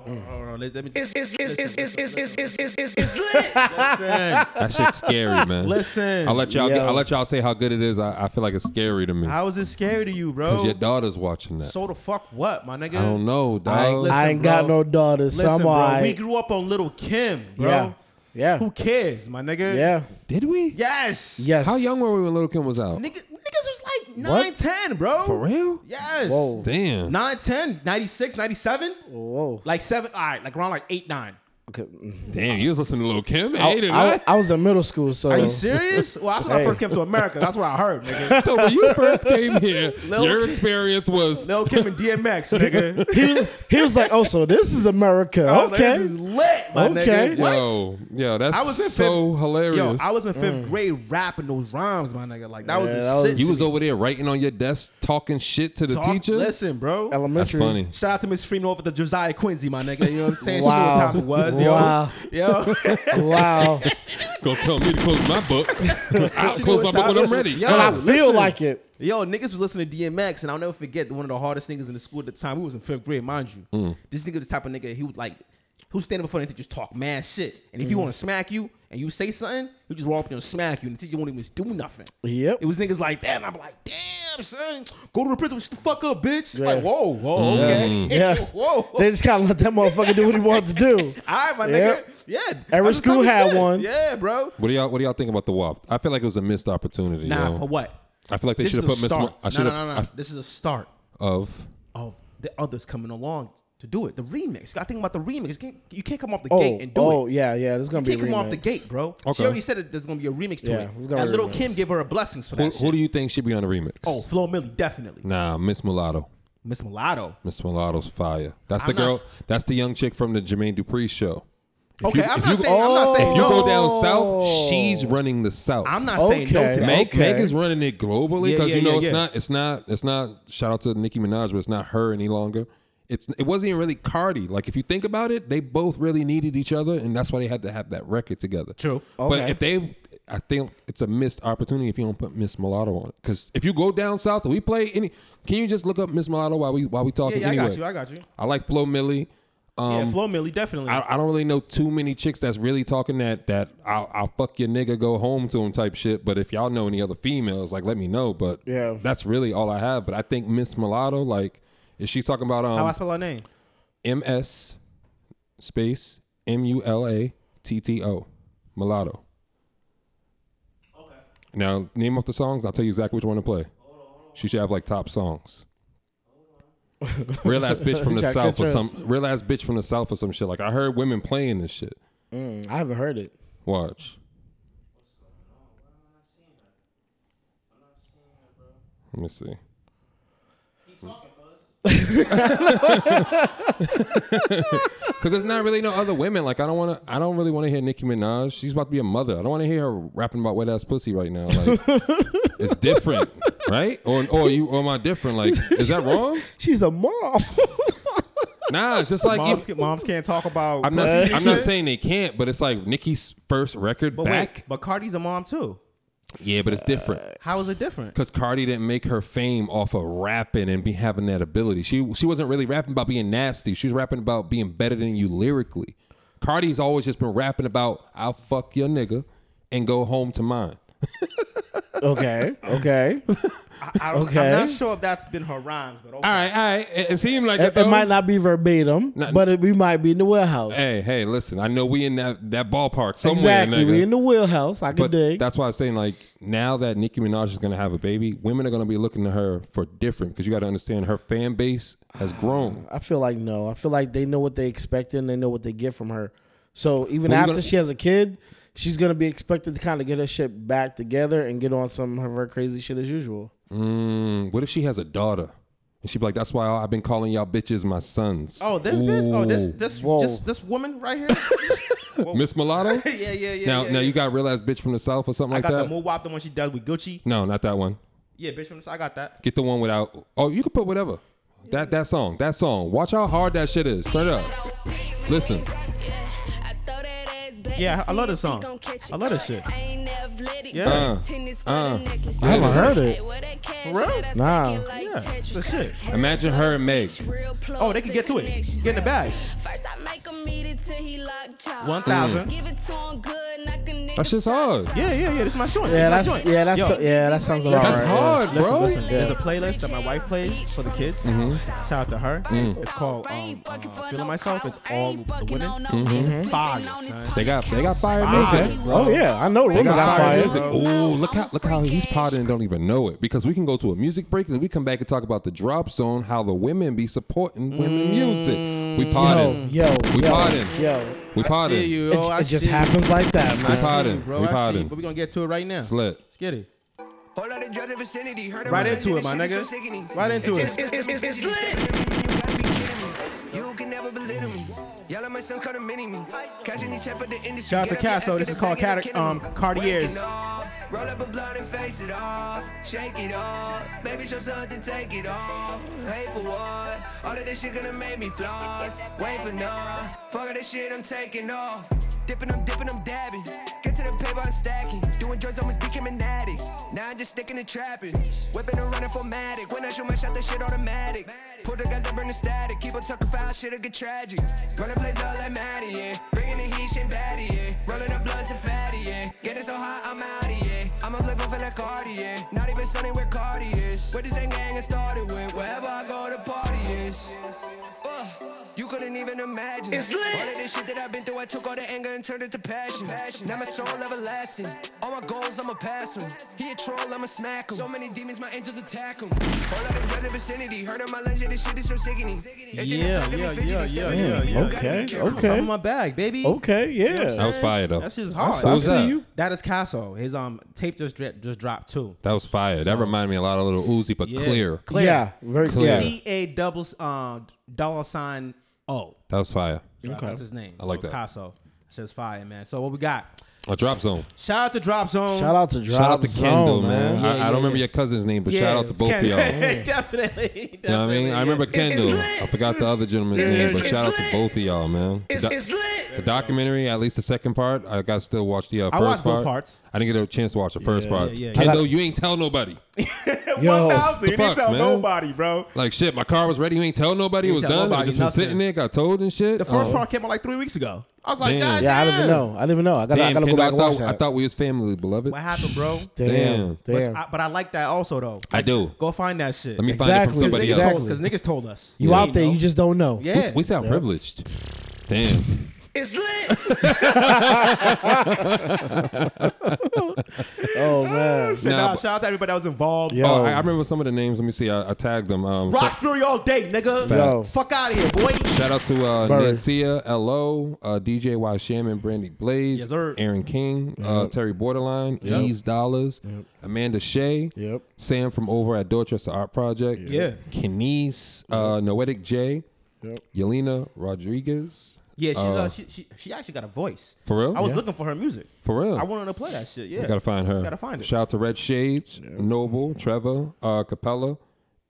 hold on, let, let me just It's it's it's it's it's it's it's it's it's it's it's lit. That shit's scary, man. listen. I'll let y'all. Get, Yo. I'll let y'all say how good it is. I, I feel like it's scary to me How is it scary to you, because your bro? daughter's watching that. So the fuck what, my nigga? I don't know, dog. listen, I ain't got bro. no daughters, so Listen, I'm bro. all We right. grew up on Little Kim, bro. Yeah. Yeah. Who cares, my nigga? Yeah. Did we? Yes. Yes. How young were we when Little Kim was out? Nigga, niggas was like What? nine, ten, bro. For real? Yes. Whoa. Damn. 9, 10, 96, 97? Whoa. Like 7, all right, like around like 8, 9. Okay. Damn. You was listening to Little Kim. at I, Eight or Oh, I, nine. I was in middle school, so Are you serious? Well, that's when I Hey. first came to America. That's what I heard, nigga. So when you first came here, Lil' your Kim. experience was Lil Kim and DMX, nigga. he, was- he was like, "Oh, so this is America, I was like, okay?" Oh, this is lit, my Okay. nigga. What? yo, yo. That's I was in so fifth, hilarious. Yo, I was in fifth grade rapping those rhymes, my nigga. Like that was Mm. Yeah, the that was- shit. You to was me. over there writing on your desk, talking shit to the Talk- teacher. Listen, bro. That's Elementary. funny. Shout out to Miss Freeman over at the Josiah Quincy, my nigga. You know what I'm saying? Wow. She knew what time it was. Yo. Wow. Yo. Wow. Gonna tell me to close my book. I'll She close my knew what book time when I'm it ready. was. Yo, and I Oh, listen. feel like it. Yo, niggas was listening to DMX, and I'll never forget one of the hardest niggas in the school at the time. We was in fifth grade, mind you. This nigga, the type of nigga, he would like, who stand up in front of the teacher, talk mad shit. And Hmm. if you want to smack you and you say something, he just walk up there and smack you, and the teacher won't even do nothing. Yep. It was niggas like that, and I'm like, damn, son, go to the principal, shut the fuck up, bitch. Yeah. Like, whoa, whoa, okay, Yeah. whoa. whoa. They just kind of let that motherfucker do what he wanted to do. All right, my Yep. nigga. Yeah. Every I'm just talking school had shit. one. Yeah, bro. What do y'all What do y'all think about the WAP? I feel like it was a missed opportunity. Nah, yo. for what? I feel like they This should have is a put Miss. Mo- start. I No, should no, no, have no. This is a start. of. of the others coming along to do it. The remix. I think about the remix. You can't, you can't come off the Oh, gate and do oh it. yeah, yeah. There's gonna You be can't come a off the remix. gate, bro. Okay. She already said that there's gonna be a remix to Yeah, it. there's gonna And be a little remix. Kim gave her a blessings for Who, that. who shit. do you think should be on the remix? Oh, Flo Millie, definitely. Nah, Miss Mulatto. Miss Mulatto. Miss Mulatto's fire. That's the I'm not- girl. That's the young chick from the Jermaine Dupri show. If Okay, you- I'm, if not you- oh, saying, I'm not saying If you no. go down south, she's running the south. I'm not saying no to Okay. that. Meg, Okay. Meg is running it globally Yeah, because yeah, you know yeah, it's yeah. not it's not it's not shout out to Nicki Minaj, but it's not her any longer. It's it wasn't even really Cardi. Like if you think about it, they both really needed each other, and that's why they had to have that record together. True. But if they, I think it's a missed opportunity if you don't put Miss Mulatto on it. Because if you go down south and we play any, can you just look up Miss Mulatto while we while we Yeah, talking? yeah, I anyway, got you. I got you. I like Flo Millie. yeah, Flo Millie, definitely. I, I don't really know too many chicks that's really talking that that I'll, I'll fuck your nigga, go home to him type shit. But if y'all know any other females, like let me know. But Yeah. that's really all I have. But I think Miss Mulatto, like, if she's talking about How I um spell her name? M S space M U L A T T O mulatto. Okay. Now name off the songs. I'll tell you exactly which one to play. She should have like top songs. real ass bitch from the gotta south catch or up. some real ass bitch from the south or some shit. Like I heard women playing this shit. I haven't heard it. Watch. Let me see. Because there's not really no other women. Like I don't want to. I don't really want to hear Nicki Minaj. She's about to be a mother. I don't want to hear her rapping about wet ass pussy right now. Like it's different, right? Or or you or am I different? Like is that wrong? She's a mom. Nah, it's just like moms, you- can, moms can't talk about. I'm not. pussy I'm and not shit. saying they can't, but it's like Nicki's first record But back. wait, but Cardi's a mom too. Yeah, but it's different. How is it different? Because Cardi didn't make her fame off of rapping and be having that ability. She she wasn't really rapping about being nasty. She was rapping about being better than you lyrically. Cardi's always just been rapping about I'll fuck your nigga and go home to mine. Okay. Okay. I, don't Okay. I'm not sure if that's been her rhymes, but okay. All right, all right. It, it seemed like it, though. it might not be verbatim, Not- but it, we might be in the warehouse. Hey, hey, listen. I know we in that, that ballpark somewhere. exactly. nigga. We in the wheelhouse. I can But dig. that's why I'm saying, like, now that Nicki Minaj is gonna have a baby, women are gonna be looking to her for different because you got to understand her fan base has grown. I feel like no. I feel like they know what they expect and they know what they get from her. So Well, even you after gonna- she has a kid, she's gonna be expected to kind of get her shit back together and get on some of her crazy shit as usual. Mm, what if she has a daughter? And she be like, "That's why I've been calling y'all bitches my sons." Oh, this bitch. Oh, this Ooh. this Whoa. this this woman right here. Miss Mulatto. yeah, yeah, yeah. now, yeah, now yeah. you got real ass bitch from the south or something I like got that. the more wop the one she does with Gucci. no, not that one. Yeah, bitch from the side. I got that. Get the one without. Oh, you can put whatever. That that song, that song. Watch how hard that shit is. Turn it up. Listen. Yeah, I love this song. I love this shit. Uh, Yeah. uh. I haven't heard it. real? Nah. Yeah, it's the shit. Imagine her and Meg. Oh, they can get to it. Get in the bag. First I make him eat it till he locked jaw. One thousand. Give it to him good, knock a nigga. That shit's hard. Yeah, yeah, yeah. This is my joint. Yeah, this is my that's joint. yeah, that's Yo, yeah, that sounds about That's right. hard, yeah. bro. Mm-hmm. Listen, listen, There's a yeah. playlist that my wife plays for the kids. Shout out to her. Mm. It's called um, uh, Feeling Myself. It's all the women. Fire, son. Mm-hmm. They got they got fired Fire, music. Oh yeah, I know. They Rumor got got fired fired. music. Ooh, look how look how he's potting and don't even know it because we can go to a music break and then we come back and talk about the drop zone, how the women be supporting women music. We potting, Yo, we yo, potting, yo. we I see potting. you. It, yo, I it just see you. happens like that, I man. see podding. you, bro. We I see you. podding. But we're going to get to it right now. It's lit. Let's get it. All of the dreaded vicinity, heard Right about into it, my Shit is nigga. so sickening. Right into it. It's, it's, it's, it's lit. You gotta be kidding me. You can never belittle me. Y'all let my son cut a mini me. Cash any check for the industry. Shout out to Get up your ass, Casso. get This the is called bag, and Cat- the um, kidney. Cartiers. Wake it up. Roll up a blunt and face it all. Shake it off. Baby, show something, take it off. Hate for what? All of this shit gonna make me floss. Wait for none. Fuck all this shit, I'm taking off. Dipping, I'm dipping, I'm dabbing. Get to the paper, I'm stacking. Doing drugs, almost became an addict. Now I'm just sticking to trapping. Whipping and running for Matic. When I shoot my shot, that shit automatic. Pull the guys, I burn the static. Keep on talking foul, shit'll get tragic. Running plays all that matty, yeah. Bringing the heat, shit batty, yeah. Rolling up blunts and fatty, yeah. Getting so hot, I'm out of yeah. I'm a flip over the Cartier. Not even sunny where Cardi is. Where this ain't gang I started with. Wherever I go, the party is. Uh, you couldn't even imagine. It's lit. All of this shit that I've been through, I took all the anger and turned it to passion. Now my soul everlasting. All my goals, I'ma pass 'em. He a troll, I'ma smack him. So many demons, my angels attack him. All out of dreaded vicinity. Heard of my legend, this shit is so sickening. Itching and Yeah, fucking yeah, me, fidgety, yeah, yeah, staring at yeah, me. yeah. You gotta be Okay, careful. okay. I'm in my bag, baby. Okay, yeah. That was fire though. That shit's I hard. see- I was that? see you. That is Casso. His um tape just dra- just dropped too. That was fire. That reminded me a lot of little Uzi, but Yeah. clear. Clear. Yeah, very Clear. yeah. C A double uh, dollar sign O. That was fire. Okay. That's his name. I like that. Casso. Says fire, man. So what we got? A drop zone. Shout out to Drop Zone. Shout out to Drop Shout out to Zone, Kendall, man. man. I, I Yeah, don't yeah, remember yeah. your cousin's name, but Yeah, shout out to both of Ken- y'all. You definitely. know what I mean? definitely, I remember yeah. Kendall. I forgot the other gentleman's name, but shout out to both of y'all, man. Do- The documentary, at least the second part, I got to still watch the uh, first I watched part. both parts. I didn't get a chance to watch the first part. yeah, yeah. Kendall, you ain't tell nobody. Yo, the You didn't fuck, tell man? nobody, bro. Like shit, my car was ready. You ain't tell nobody. It You was ain't tell done. I nobody just was nothing. sitting there, got told and shit. The first Oh. part came out like three weeks ago. I was like, Damn. God yeah, damn. I didn't even know. I didn't even know. I gotta, Damn, I gotta go Kendall, back I and watch thought, I that. thought we was family, beloved. What happened, bro? damn, Damn. damn. I, but I like that also though. I do. Go find that shit. Let me find it from Exactly, somebody Because exactly. else. niggas, told us. you out there, know. you just don't know. Yeah. We sound privileged. Damn. Oh man. Shout, Nah, out, but- shout out to everybody that was involved. Yo. Oh, I, I remember some of the names. Let me see. I, I tagged them. Um, Rock shout, Fury all day, nigga. Yo. Fuck out of here, boy. shout out to uh, Bird. Nancy, Lo, uh, DJ Y Shaman, Brandy Blaze, Yes, sir. Aaron King, uh, Terry Borderline, Ease Dollars, Amanda Shea, Yep. Sam from over at Dorchester Art Project, Yeah. Kenise, uh, Noetic J, Yep. Yelena Rodriguez. Yeah, she's uh, she, she she actually got a voice. Oh. For real? I was Yeah. looking for her music. For real? I wanted to play that shit. Yeah. You gotta find her. Gotta find it. Shout out to Red Shades, Noble, Trevor, uh, Capella,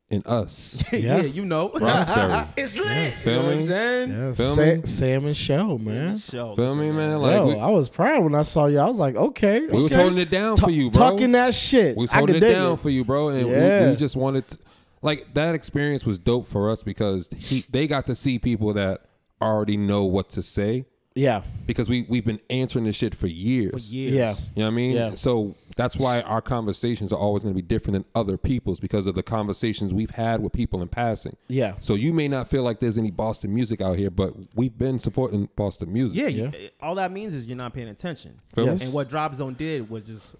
and us. yeah. Yeah. you know. Roxbury. It's lit. Feel You know what me? I'm saying? Yeah, Feel Sa- me? Sam and Shell, man. Show, Feel listen, me, man? Like Yo, we, I was proud when I saw you. I was like, okay, we was okay. holding it down for you, bro. talking that shit. We was I could holding it dig down it. for you, bro. And we- we, Yeah. just wanted to, like that experience was dope for us because he, they got to see people that already know what to say yeah, because we we've been answering this shit for years. Years. yeah. You know what I mean? Yeah. So That's why our conversations are always going to be different than other people's because of the conversations we've had with people in passing. Yeah. So you may not feel like there's any Boston music out here, but we've been supporting Boston music. Yeah, you- all that means is you're not paying attention. Feel me? Yes. And what Drop Zone did was just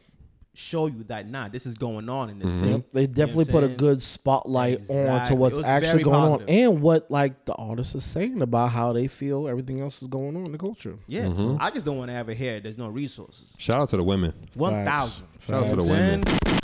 show you that nah, this is going on in this Mm-hmm. Yep, city. they definitely what I'm put a saying? good spotlight on to Exactly. what's It was actually very going positive. on and what like the artists are saying about how they feel everything else is going on in the culture. Yeah, Mm-hmm. I just don't want to have a hair. There's no resources. Shout out to the women. One thousand. Shout out to the Facts. women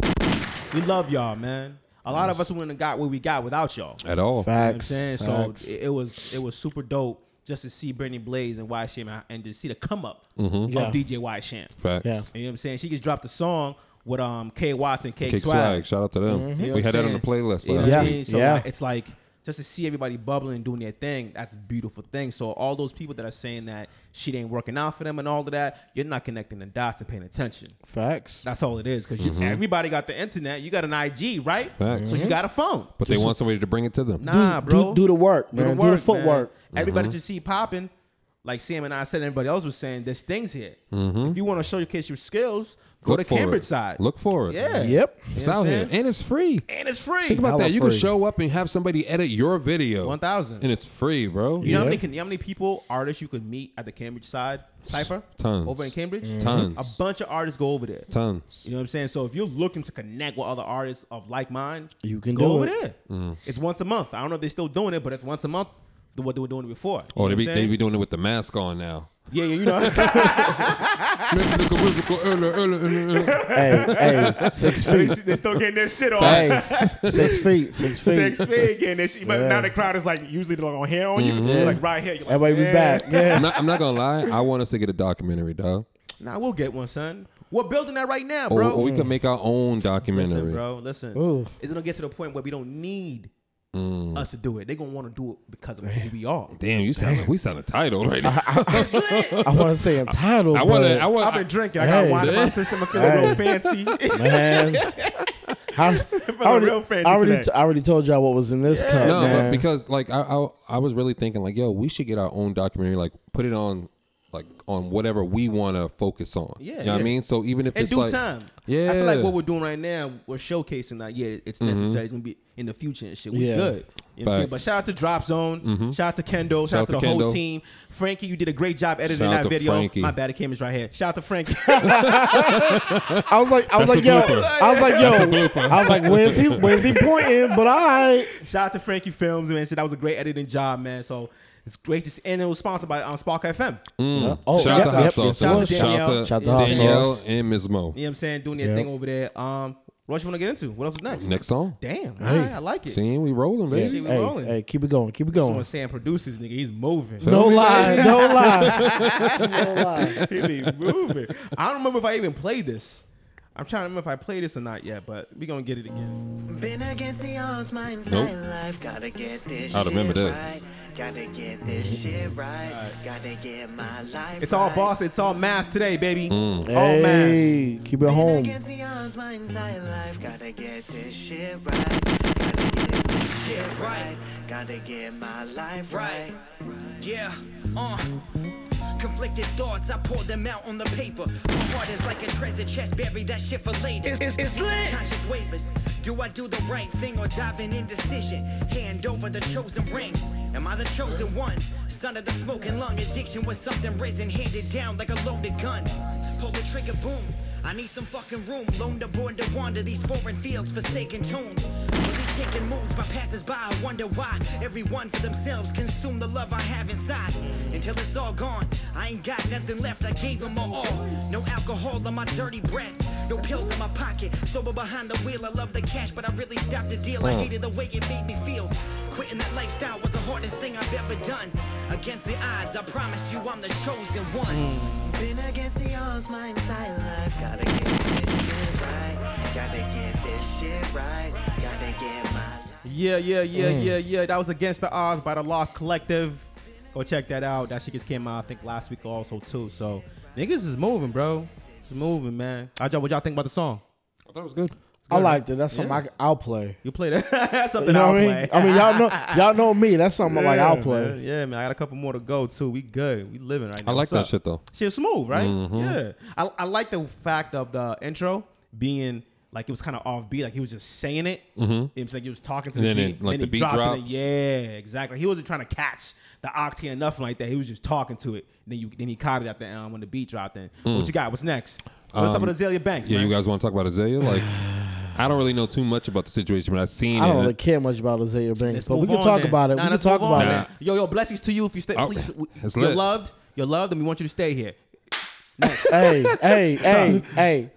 We love y'all, man. A lot of us wouldn't have got what we got without y'all. at all. You know what I'm Facts. saying? facts. So it, it was it was super dope just to see Brittany Blaze and Y Sham and to see the come up Mm-hmm. Yeah. of DJ Y Sham. Facts. Yeah. You know what I'm saying? She just dropped a song with um K Watts and K Kick Swag. Mm-hmm. swag. Shout out to them. You know We what had I'm that on the saying? playlist You know last what I Yeah. week. mean? So yeah. like, it's like just to see everybody bubbling and doing their thing, that's a beautiful thing. So all those people that are saying that shit ain't working out for them and all of that, you're not connecting the dots and paying attention. Facts. That's all it is. Because everybody got the internet. You got an IG, right? Facts. So you got a phone. But they want somebody to bring it to them. Nah, do- bro. do the work, man. Do the man. footwork. Everybody that you see popping, like Sam and I said, everybody else was saying, there's things here. If you want to showcase your skills, go Look to for Cambridge it. side. Look for it. Yeah. Yep. It's You know out what I'm here. saying? And it's free. And it's free. Think about Hella that. You can free. show up and have somebody edit your video. 1,000. And it's free, bro. You know how Yeah. many can, you know how many people, artists you could meet at the Cambridge side cipher? Tons. Over in Cambridge? Tons. A bunch of artists go over there. Tons. You know what I'm saying? So if you're looking to connect with other artists of like mind, You can go do over it. there. Mm-hmm. It's once a month. I don't know if they're still doing it, but it's once a month. The what they were doing before. You Oh, know they be, what I'm they saying? be doing it with the mask on now. yeah, yeah, you know. Make it look a musical, earlier, earlier, earlier. hey, hey, six feet. they still getting their shit on. hey, s- six feet. Six feet. Six feet getting their shit. But now the crowd is like usually they're on hair on you. Like right here. You're like, Everybody yeah. be back. Yeah. I'm not, I'm not gonna lie. I want us to get a documentary, dog. nah, we'll get one, son. We're building that right now, Or, bro. or Oh, we can make our own documentary. listen, bro. Listen, Ooh. it's gonna get to the point where we don't need Mm. us to do it. They're gonna want to do it because of who we are. Damn, you sound like we sound entitled right now. I want to say entitled. I want to. but- I want. I've been drinking. I got Hey. wine in my system. I feel a little fancy. man. How- I already, real fancy I already, today. I already told y'all what was in this cup, No, man. but because like I, I I was really thinking like, yo, we should get our own documentary, like put it on like on whatever we want to focus on. Yeah, you know what I yeah. mean. So even if In it's due like, time, yeah, Mm-hmm. I feel like what we're doing right now, we're showcasing that. Yeah, it's necessary. It's gonna be in the future and shit. We Yeah. good. You know what I'm saying? But Facts. Mm-hmm. shout out to Drop Zone. Shout out to Kendo. Shout, out to the out to whole Kendo. team. Frankie, you did a great job editing Shout out that to video. Frankie. My bad, the camera's right here. Shout out to Frankie. I was like, I was That's like, a yo, blooper. I was like, yo, I was like, where's he, where's he pointing? But all right, Shout out to Frankie Films, man. So that was a great editing job, man. So it's great to see. And it was sponsored by um, Spark FM. oh, Mm. shout yep, out to Hot yep, Sauce, yes, it shout, was. out to Shout out to Hot Danielle Sauce. and Ms Mo. You know what I'm saying? Doing their Yep. thing over there. Um, what else you want to get into? What else was next? Next song, Damn. all right, I like it. seeing we rolling, baby. we hey, rolling. hey, keep it going, keep it So going. when Sam produces, nigga, he's moving. No lie, no lie, no lie. he be moving. I don't remember if I even played this. I'm trying to remember if I played this or not yet, but we gonna get it again. Been against the odds my entire Nope. life. Gotta get this I remember shit this. right. Gotta get this shit right. Gotta get my life It's all right. boss. It's all mass today, baby. Oh, All mass. Mm. Hey, keep it Been home. against the odds my entire life. Gotta get this shit right. Gotta get this shit right. Gotta get my life right. Yeah, uh. Conflicted thoughts, I pour them out on the paper. My heart is like a treasure chest, bury that shit for later. It's, it's, it's lit. Conscience wavers. Do I do the right thing or dive in indecision? Hand over the chosen ring. Am I the chosen one? Son of the smoking lung addiction was something risen, handed down like a loaded gun. Pull the trigger, boom. I need some fucking room. Lone the born to wander these foreign fields, forsaken tombs. Well, these taken moods by passers by. I wonder why everyone for themselves consume the love I have inside. Until it's all gone, I ain't got nothing left. I gave them my all. No alcohol on my dirty breath, no pills in my pocket. Sober behind the wheel, I love the cash, but I really stopped the deal. I hated the way it made me feel. Quitting that lifestyle was the hardest thing I've ever done. Against the odds, I promise you I'm the chosen one. Been against the odds my entire life. Gotta get this shit right. Gotta get this shit right. Gotta get my life. Yeah, yeah, yeah, Mm. yeah, yeah. That was against the odds by the Lost Collective. Go check that out. That shit just came out, I think, last week also too. So niggas is moving, bro. It's moving, man. All right, y'all, what y'all think about the song? I thought it was good. I liked it. That's something I, c- I'll play. You play that? That's something You know I'll what I mean? play. I mean, y'all know, y'all know me. That's something like I'll man. play. Yeah, man. I got a couple more to go too. We good. We living right now. I like What's that up? shit though. Shit's smooth, right? Yeah. I, I like the fact of the intro being like it was kind of offbeat, like he was just saying it. It was like he was talking to And the Mm-hmm. then beat, it- like then the he beat dropped drops. it. Yeah, exactly. He wasn't trying to catch the octane or nothing like that. He was just talking to it. then you then he caught it after um, when the beat dropped. Then what you got? What's next? What's up with Azalea Mm. Banks? Um, Yeah, man? you guys want to talk about Azalea? Like, I don't really know too much about the situation, but I've seen I don't it. really care much about Isaiah Banks, Let's but we move can on talk then. about it. Nah, we can let's talk move on about Nah. it. then. Yo, yo, blessings to you if you stay. Oh, please, w- it's you're lit. loved. You're loved, and we want you to stay here. hey, hey, hey, hey,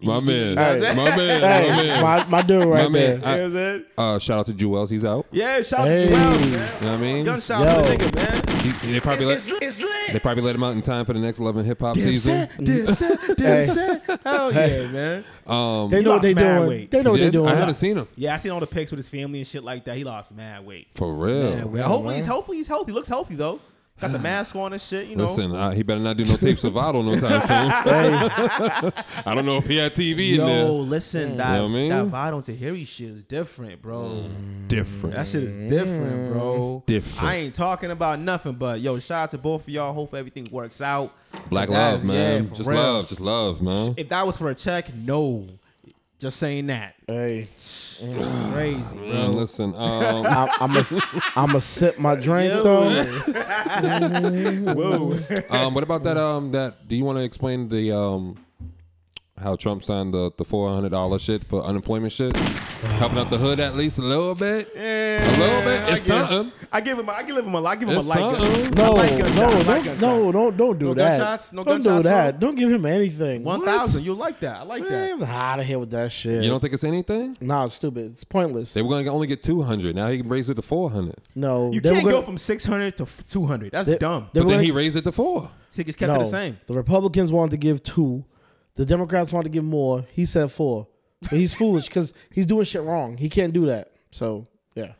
My man, my Hey. man, my hey, man, my, my dude right my man. I- there. You know what I'm saying? uh, shout out to Jewels, he's out. Yeah, shout out Hey. to Joel, man. You know what I mean? Gunshot for the Yo. nigga, man. He- they probably let, they probably let him out in time for the next Love and Hip Hop season. Hey, Hell yeah, man. they know what lost they mad doing. weight. They know He what they um, did? doing. I haven't seen him Yeah, I seen all the pics with his family and shit like that. He lost mad weight. for real. Well, hopefully he's hopefully he's healthy. Looks healthy though. Got the mask on and shit. You know. Listen, uh, he better not do no tapes of Vado no time soon. Hey, I don't know if he had TV in Yo, there. listen, that You know what I mean? that Vital Tahiri shit is different, bro. Different. That shit is different, bro. Different. I ain't talking about nothing, but yo, shout out to both of y'all. Hope everything works out. Black That love, is- man. for just real. love, just love, man. If that was for a check, no. Just saying that. hey, Crazy. Man, listen, um, I'm gonna I'm a sip my drink Yo. though. Whoa. um, what about that? Um, that do you want to explain the um, how Trump signed the the four hundred dollar shit for unemployment shit, helping out the hood at least a little bit, a little bit. It's something. I give him. I give him a lot. I give him It's a like. something. No, like gunshots. no, I like don't, gunshots. no, don't, don't do No that. gunshots? No don't do gunshots, that. no? Don't give him anything. One What? thousand. You like that? I like that. Man, I'm out of here with that shit. You don't think it's anything? nah, it's stupid. It's pointless. They were going to only get two hundred. Now he can raise it to four hundred. no, You they can't were gonna- go from six hundred to two hundred. That's they- dumb. they But were then gonna- he raised it to four. Tickets kept no, it the same. The Republicans wanted to give two. The Democrats wanted to give more. He said four. But he's foolish because he's doing shit wrong. He can't do that. So yeah,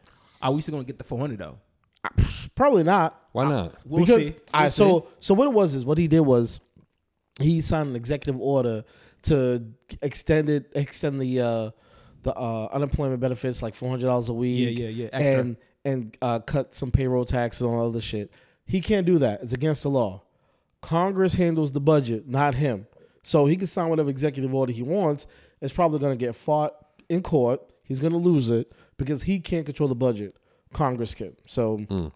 Are we still gonna get the four hundred though? probably not. Why not? We'll because see. all We'll right, so so what it was is what he did was he signed an executive order to extend it, extend the uh, the uh, unemployment benefits like four hundred dollars a week. yeah, yeah, extra. and and uh, cut some payroll taxes and all other shit. He can't do that. It's against the law. Congress handles the budget, not him. So he can sign whatever executive order he wants. It's probably going to get fought in court. He's going to lose it because he can't control the budget. Congress can. So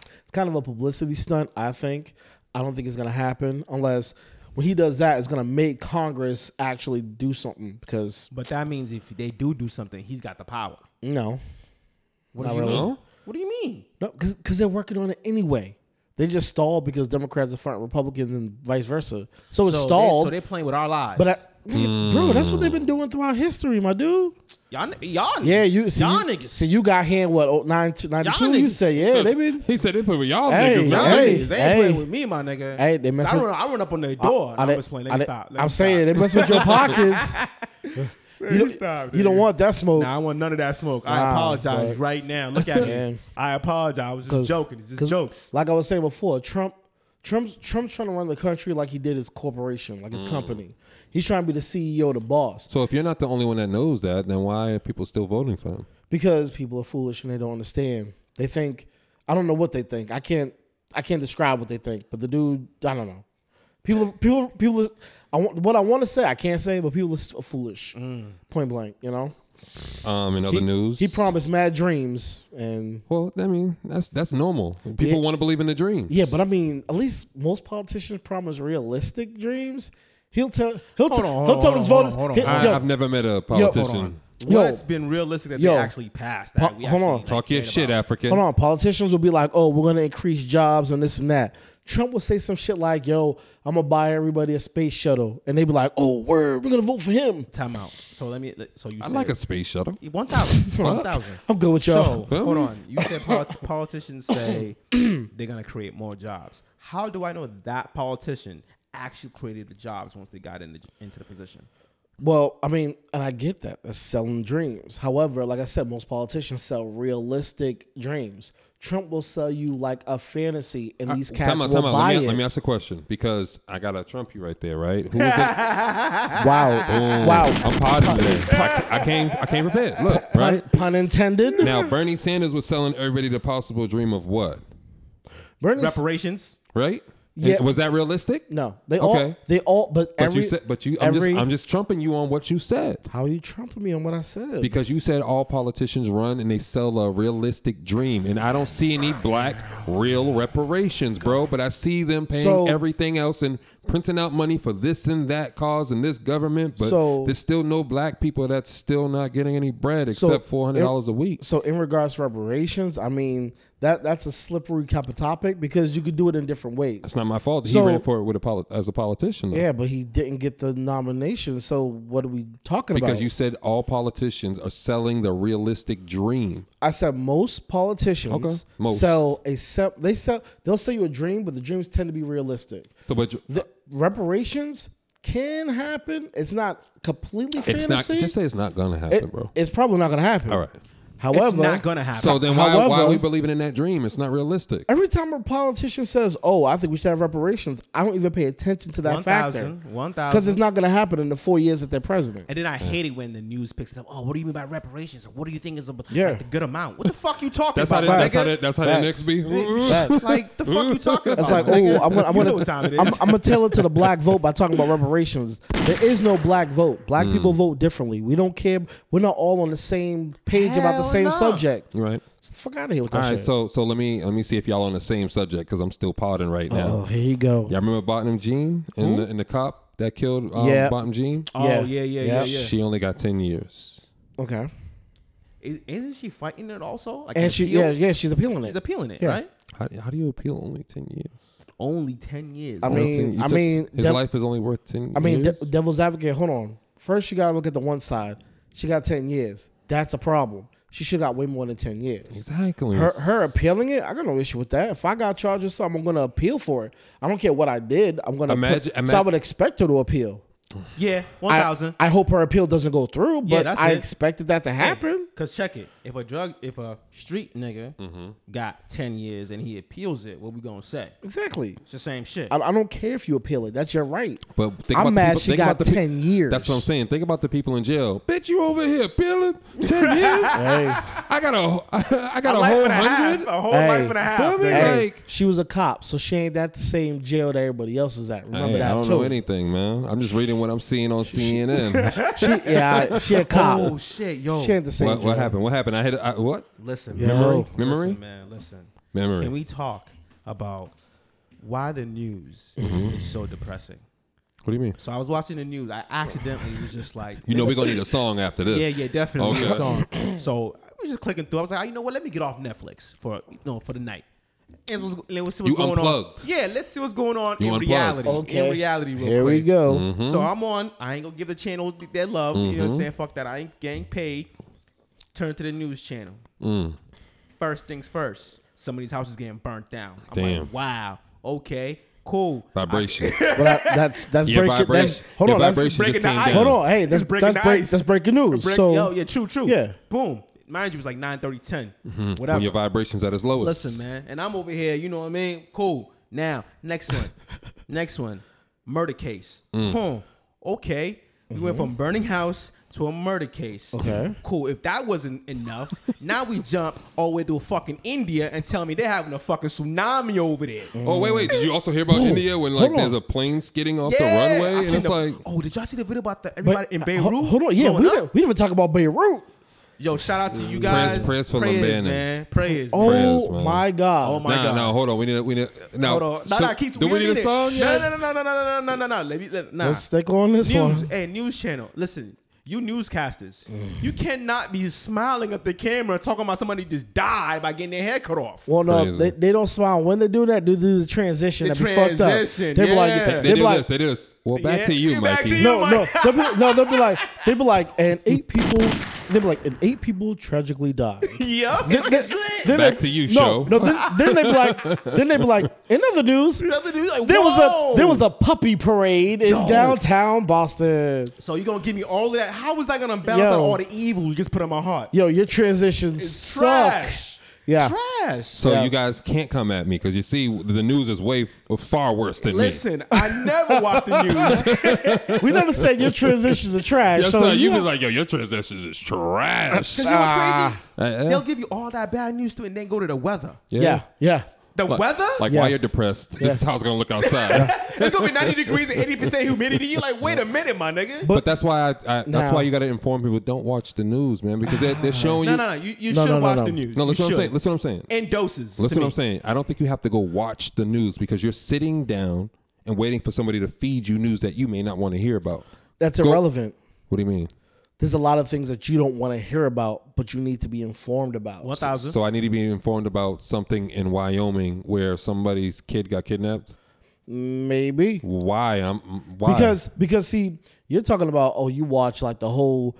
it's kind of a publicity stunt, I think. I don't think it's going to happen unless when he does that, it's going to make Congress actually do something because, But that means if they do do something, he's got the power. no, What Not do you really. mean? What do you mean? No, because they're working on it anyway. They just stalled because Democrats are front Republicans and vice versa. So it's so stalled. They, so they playing with our lives. but I, nigga, bro, that's what they've been doing throughout history, my dude. y'all, ni- y'all, Yeah, you see, see, y'all you, niggas. see, you got hand what oh, nine to Y'all 92? You niggas. say yeah, they've been. He said they put with y'all Hey, niggas. Y'all Now. hey. niggas, they ain't playing with me, my nigga. Hey, they So mess I, with- run, I run up on their I- door. I I, am didn't- explaining. I Let me didn't- stop. Let me I'm stop. saying they mess with your pockets. you don't, stop, you don't nigga. want that smoke. Nah, I want none of that smoke. I Nah, apologize but- right now. Look at me. Man. I apologize. I was just 'Cause- joking. It's just 'cause jokes. Like I was saying before, Trump, Trump's Trump's trying to run the country like he did his corporation, like his company. He's trying to be the CEO, the boss. So if you're not the only one that knows that, then why are people still voting for him? because people are foolish and they don't understand. They think I don't know what they think. I can't I can't describe what they think. But the dude, I don't know. People, people, people. I want what I want to say. I can't say, but people are s- foolish. Mm. Point blank, you know. Um, in other He, news, he promised mad dreams, and Well, I mean, that's that's normal. People Yeah. want to believe in the dreams. yeah, but I mean, at least most politicians promise realistic dreams. He'll tell he'll tell on, he'll hold tell on, his hold on, voters. hold on. he- I, yo, I've never met a hold on. politician. Yo. What's been realistic that Yo. they actually passed? Pa- That we hold actually, on. like, Talk your cared shit, about. African. Hold on, politicians will be like, "Oh, we're gonna increase jobs and this and that." Trump will say some shit like, "Yo, I'm gonna buy everybody a space shuttle," and they be like, "Oh, word, we're gonna vote for him." Time out. So let me. So you. I said, like a space shuttle. one thousand. One thousand. I'm good with y'all. So hold on. You said polit- politicians say they're gonna create more jobs. How do I know that politician actually created the jobs once they got in the, into the position? well, I mean, and I get that. That's selling dreams. However, like I said, most politicians sell realistic dreams. Trump will sell you like a fantasy, and these cats Uh, Time out, will time out. buy Let me, it. let me ask a question because I got to trump you right there, right? Who was that? wow, wow. I'm potting today. I, I came, I came prepared. Look, Pun, right pun intended. now, Bernie Sanders was selling everybody the possible dream of what, Bernie, Reparations. right? Yeah. Was that realistic? No, they all Okay. they all but, But every you said, but you, I'm every- just, I'm just trumping you on what you said how you trumping me on what I said? because you said all politicians run and they sell a realistic dream, and I don't see any black real reparations, bro. But I see them paying So- everything else and printing out money for this and that cause and this government, but So- there's still no black people that's still not getting any bread So, except four hundred dollars a in- week. So in regards to reparations, I mean that that's a slippery type of topic because you could do it in different ways. That's not my fault. He So- ran for it with a poli- as a politician. though. Yeah, but he didn't get the nomination. So what are we talking about? Because you said all politicians are selling the realistic dream. I said most politicians Okay. Most. sell a se- they sell they'll sell you a dream, but the dreams tend to be realistic. So, but you- The reparations can happen. It's not completely it's not. fantasy. Just say it's not gonna happen, It- bro. it's probably not gonna happen. All right. However, it's not gonna happen. So then, why why are however- we believing in that dream? It's not realistic. Every time a politician says, "Oh, I think we should have reparations," I don't even pay attention to that factor 1,000, 1,000. because it's not going to happen in the four years that they're president. And then I hate it when the news picks it up. Oh, what do you mean by reparations? Or what do you think is a, like, Yeah. the good amount? What the fuck you talking That's how about? they, that's Facts. how nigga? they, that's how they Facts. next be. Facts. like the fuck you talking about? It's like, nigga? oh, I'm gonna, I'm You gonna, know what time it I'm, is. I'm gonna tell it to the black vote by talking about reparations. There is no black vote. Black people Mm. vote differently. We don't care. We're not all on the same page about Hell the same no. subject. Right. So the fuck out of here with that All right. shit. So so let me let me see if y'all on the same subject because I'm still potting right now. oh, here you go. Y'all remember Bottom Jean and the, and the cop that killed um, Yeah. Bottom Jean? oh yeah, yeah, yeah, yeah. She only got ten years. Okay. Is, isn't she fighting it also? Like And she, appeal? yeah, yeah, she's appealing it. she's appealing it, Yeah. right? How, how do you appeal only ten years? Only ten years. I bro. mean, Ten- you I took- mean, his that- life is only worth ten. I mean, de- years? devil's advocate. Hold on. First, you gotta look at the one side. She got ten years. That's a problem. She should got way more than ten years. exactly. Her, her appealing it, I got no issue with that. If I got charged with something, I'm gonna appeal for it. I don't care what I did. I'm gonna Imagine- put- so ima- I would expect her to appeal. yeah, one I, thousand. I hope her appeal doesn't go through, Yeah, but that's I it. expected that to happen. Cause check it. If a drug, if a street nigga got ten years and he appeals it, what we gonna say? Exactly. It's the same shit. I, I don't care if you appeal it. That's your right. But think I'm about mad the people, she think got about the pe- 10 years. That's what I'm saying. Think about the people in jail. Bitch, you over here peeling ten years? I got a, I got a, life whole and a half, hundred. a whole Hey. life and a half. Feel me? nigga. Hey, Like- she was a cop, so she ain't at the same jail that everybody else is at. Remember Hey, that I don't too. know anything, man. I'm just reading what I'm seeing on CNN. She, yeah, she a cop. oh shit, yo. She ain't the same. what, what jail. happened? What happened? I had I, what Listen, Yo. memory, Memory? listen, man, listen. memory? Can we talk about why the news Mm-hmm. is so depressing? what do you mean? So I was watching the news. I accidentally was just like, You know we're gonna need a song after yeah, this. yeah, definitely Okay. a song. So I was just clicking through. I was like, "Ah, you know what? Let me get off Netflix for you know for the night. And let's, let's see what's You going unplugged. on. Yeah, let's see what's going on You in unplugged. reality. Okay. In reality, real Here quick. we go. Mm-hmm. So I'm on. I ain't gonna give the channel their love. You know what I'm saying? Fuck that. I ain't getting paid. Turn to the news channel. First things first. Somebody's house is getting burnt down. I'm Damn. like, wow. Okay. Cool. Vibration. But I, that's that's Your breaking. That's, vibration. hold your on, that's, vibration just breaking the came ice. down. hold on. Hey, It's that's breaking that's, the break, ice. that's breaking news. Break- so Yo, yeah, true, true. Yeah. Boom. Mind you, it was like 9 30, 10. Whatever. When your vibration's at its lowest. Listen, man. And I'm over here, you know what I mean? Cool. Now, next one. next one. Murder case. Mm. Huh. Okay. We Mm-hmm. went from burning house to a murder case. Okay. Cool. If that wasn't enough, now we jump all the way to fucking India and tell me they're having a fucking tsunami over there. Oh wait, wait! Did you also hear about Boom. India when like Hold on. there's a plane skidding off Yeah. the I runway and seen it's the- like oh, did y'all see the video about the, but- everybody in uh, Beirut? ho- Hold on. Yeah, blowing we up? didn't, we didn't talk about Beirut. Yo, shout out to you guys. prayers for Limbani. man. Prayers. Oh Prayers, man. my god. Oh, my nah, God. nah. Hold on, we need a, we need a, now. Hold on. Nah, so- nah, keep, do we need a it. song? yet? No, no, no, no, no, no, no, no, no, no. Let me, let, nah. Let's stick on this news, one. Hey, news channel. Listen, you newscasters, you cannot be smiling at the camera talking about somebody just died by getting their head cut off. Well, no, Crazy. they, they don't smile when they do that. They do the transition. The that be fucked up. transition, They be like, yeah. they, They be do like, this. They do this. Well, back Yeah, to you, you back Mikey. to you. no, Oh, no, my they'll be, no, they'll be like, they be like, and eight people, they be like, and eight people tragically died. Yup. Then- then- then Back they- to you, no, show. No, then, then they be like, then they be like, in other news, The other dude, like, there was whoa. a there was a puppy parade in downtown Boston. So you're gonna give me all of that? How is that gonna balance Yo. out all the evil you just put in my heart? Yo, your transitions It's suck. Trash. Yeah. Trash. So Yeah. you guys can't come at me because you see the news is way f- far worse than me. Listen, I never watch the news. We never said your transitions are trash. Yes, so sir. You yeah. was like, yo, your transitions is trash. Cause Ah. Uh, you know what's crazy? Uh, uh. They'll give you all that bad news too, and then go to the weather. yeah, yeah. The Like- weather? Like Yeah. while you're depressed, this is how it's gonna look outside. it's gonna be 90 degrees and 80% humidity. You like, wait a minute, my nigga. But that's why I, I that's Now- why you gotta inform people. Don't watch the news, man, because they're, they're showing no, you. no, no. You, you No, should no, no, watch no. the news. No, You listen what I'm should. saying. Listen what I'm saying. In doses. to Listen me. what I'm saying. I don't think you have to go watch the news because you're sitting down and waiting for somebody to feed you news that you may not want to hear about. That's Go- irrelevant. What do you mean? There's a lot of things that you don't want to hear about, but you need to be informed about. One thousand. So I need to be informed about something in Wyoming where somebody's kid got kidnapped. Maybe Why? I'm why? because because see, you're talking about oh, you watch like the whole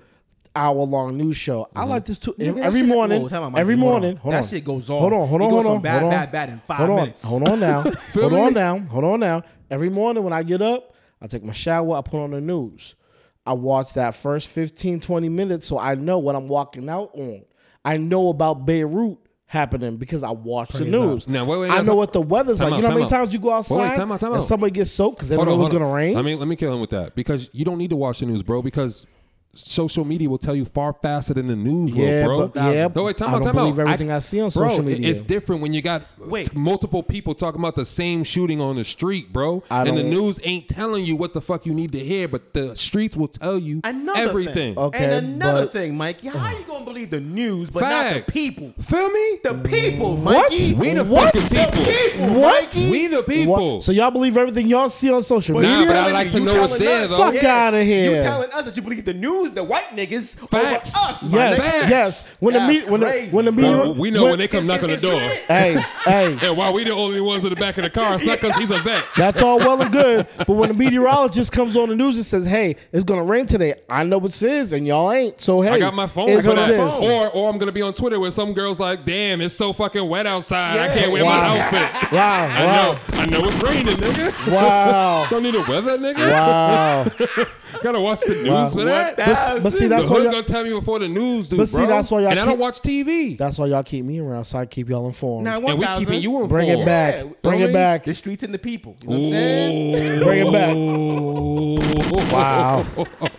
hour long news show. I Mm-hmm. like this too. Nigga, that every shit- morning, Whoa, time out, Mikey. every Hold on. morning. Hold That on. shit goes off. Hold on, hold It on, goes hold from on, bad, hold on. bad, bad in five hold on, minutes. Hold on now, hold me? on now, hold on now. Every morning when I get up, I take my shower, I put on the news. I watch that first 15, 20 minutes so I know what I'm walking out on. I know about Beirut happening because I watch the news. Now, wait, wait, I now, know time- what the weather's time out, like. you know how time many out. times you go Wait, outside wait, time out, time and out. somebody gets soaked because they don't know it's hold going to rain? I mean, let me kill him with that because you don't need to watch the news, bro. Because social media will tell you far faster than the news Yeah, will, bro. but- yeah, No, wait, time I out, don't time out. believe everything I see on bro, social it- media. It's different when you got Wait. multiple people talking about the same shooting on the street, bro. I and the don't- news ain't telling you what the fuck you need to hear, but the streets will tell you Another everything. Thing. Okay, and another but- thing, Mikey. How you gonna believe the news, but not the Facts. people? Feel me? The people, What? Mikey. We the What? fucking people. The people, What? Mikey. We the people. What? So y'all believe everything y'all see on social Nah, media? but I like to You know what's telling there, us- though. Fuck outta here. You telling us that you believe the news, the white niggas, Facts. over us? my yes, nigga. Facts. yes. When the That's meet, when the, crazy, when the bro. media, Bro, we know when, they come It's- knocking the it's- door. it's- Hey, hey. And while we the only ones in the back of the car, it's not because he's a vet. That's all well and good, but when the meteorologist comes on the news and says, "Hey, it's gonna rain today," I know what it is, and y'all ain't. So hey, I got my phone it's for what that. it is. Or or I'm gonna be on Twitter where some girls like, damn, it's so fucking wet outside. I can't wear Wow. my outfit. I Wow, know, I know it's raining, nigga. wow, wow, Don't need the weather, nigga. wow. Gotta watch the news Wow. for that. But, s- but see, the that's why hood y'all, gonna tell me before the news, dude. But see, bro. that's why y'all and I don't keep- watch TV. that's why y'all keep me around, so I keep y'all informed. Now, and we 1000. keeping you informed. Bring it back. Yeah, Bring don't we? it back. The streets and the people. You know what I'm saying? Ooh. Bring it back. Wow, Wow,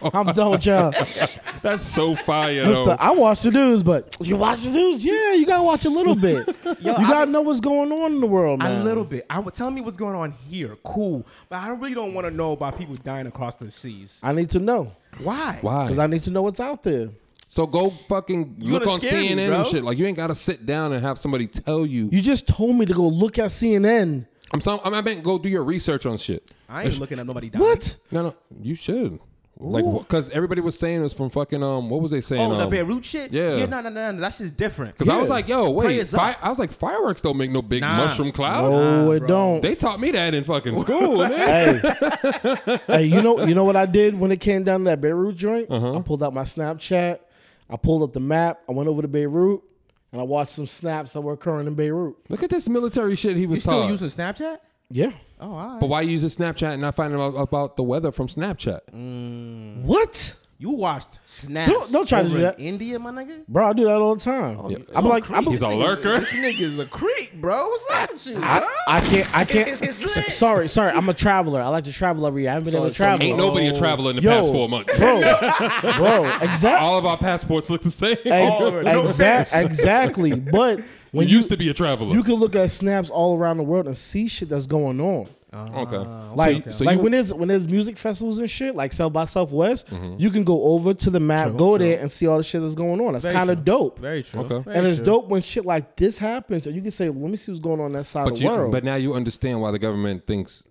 I'm done with y'all, that's so fire, Mister. though. I watch the news, but you watch the news, yeah. You gotta watch a little bit. you gotta know what's going on in the world, man. A little bit. I would tell me what's going on here. Cool, but I really don't want to know about people dying across the seas. I need to know Why? Why? because I need to know what's out there. So go fucking You look gonna on scare me, CNN bro. and shit. Like you ain't gotta sit down and have somebody tell you. You just told me to go look at CNN. I'm so I'm, I meant go do your research on shit. I ain't looking at nobody dying. What? No, no, you should. Like, because everybody was saying it was from fucking um, what was they saying? Oh, the um, Beirut shit. Yeah. no, no, no, no. That shit's different. Because I was like, yo, wait, Prayers up. fi- I was like, fireworks don't make no big Nah. mushroom cloud. Oh, it don't. They taught me that in fucking school, man. hey, hey, you know, you know what I did when it came down to that Beirut joint? I pulled out my Snapchat. I pulled up the map. I went over to Beirut and I watched some snaps that were occurring in Beirut. Look at this military shit he you was still taught. using Snapchat? Yeah. Oh, all right. but why use a Snapchat and not find out about the weather from Snapchat? Mm. What? You watched snaps. Don't- don't try to over in do that. India, my nigga. Bro, I do that all the time. I'm Oh, like, I'm He's a lurker. This nigga's a creep, bro. What's up with you? I, bro? I can't. I can't. It's- it's- it's lit. S- sorry, sorry. I'm a traveler. I like to travel every year. I haven't been able to travel. Ain't nobody a traveler in the Yo, past four months. bro, bro, exactly. All of our passports look the same. exactly. But when you you used to be a traveler. you can look at snaps all around the world and see shit that's going on. Ah, okay. Like, so like you- when there's when there's music festivals and shit, like South by Southwest, Mm-hmm. you can go over to the map, go there, and see all the shit that's going on. That's kind of dope. Very true. Okay. Very and it's true. dope when shit like this happens, and you can say, "Let me see what's going on that side of but the you, world." but now you understand why the government thinks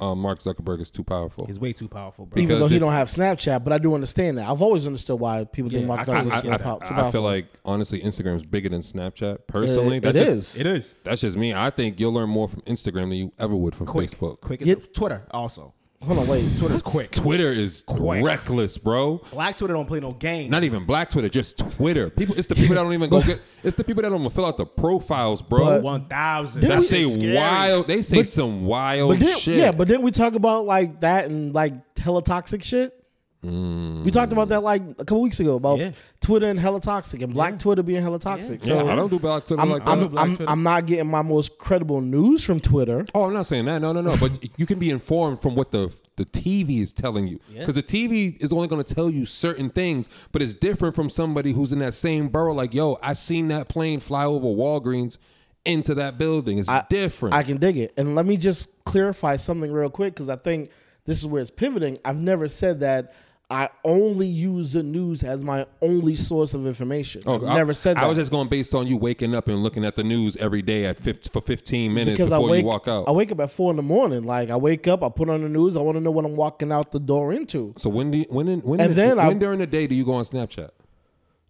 um, Mark Zuckerberg is too powerful. He's way too powerful, bro. Even because though he if- don't have Snapchat, but I do understand that. I've always understood why people think Mark I, I- Zuckerberg I- is too pow- too I powerful. feel like honestly, Instagram is bigger than Snapchat. Personally, It- that's it just, is. It is. That's just me. I think you'll learn more from Instagram than you ever would from Facebook. Quick as Yeah. Twitter also. Hold on, wait. Twitter's quick. Twitter is reckless, bro. Black Twitter don't play no game. Not even Black Twitter, just Twitter. People, it's the people that don't even go get. It's the people that don't even fill out the profiles, bro. But- one thousand. Didn't that we- say wild. They say But- some wild But then, shit. yeah, but then we talk about like that and like teletoxic shit. We talked about that like a couple weeks ago about Yeah. Twitter and hella-toxic and Black Twitter being hella-toxic. Yeah, So I don't do Black Twitter I'm, like that. I'm, I'm, I'm not getting my most credible news from Twitter. Oh, I'm not saying that. No, no, no. But you can be informed from what the the TV is telling you, because the TV is only going to tell you certain things. But it's different from somebody who's in that same borough. Like, yo, I seen that plane fly over Walgreens into that building. It's different. I can dig it. And let me just clarify something real quick because I think this is where it's pivoting. I've never said that I only use the news as my only source of information. I've Oh, I- never said that. I was just going based on you waking up and looking at the news every day at 50, for 15 minutes because I before wake, you walk out. I wake up at four in the morning. Like I wake up, I put on the news. I want to know what I'm walking out the door into. so when do you, when in, when, And in- then when I- during the day do you go on Snapchat?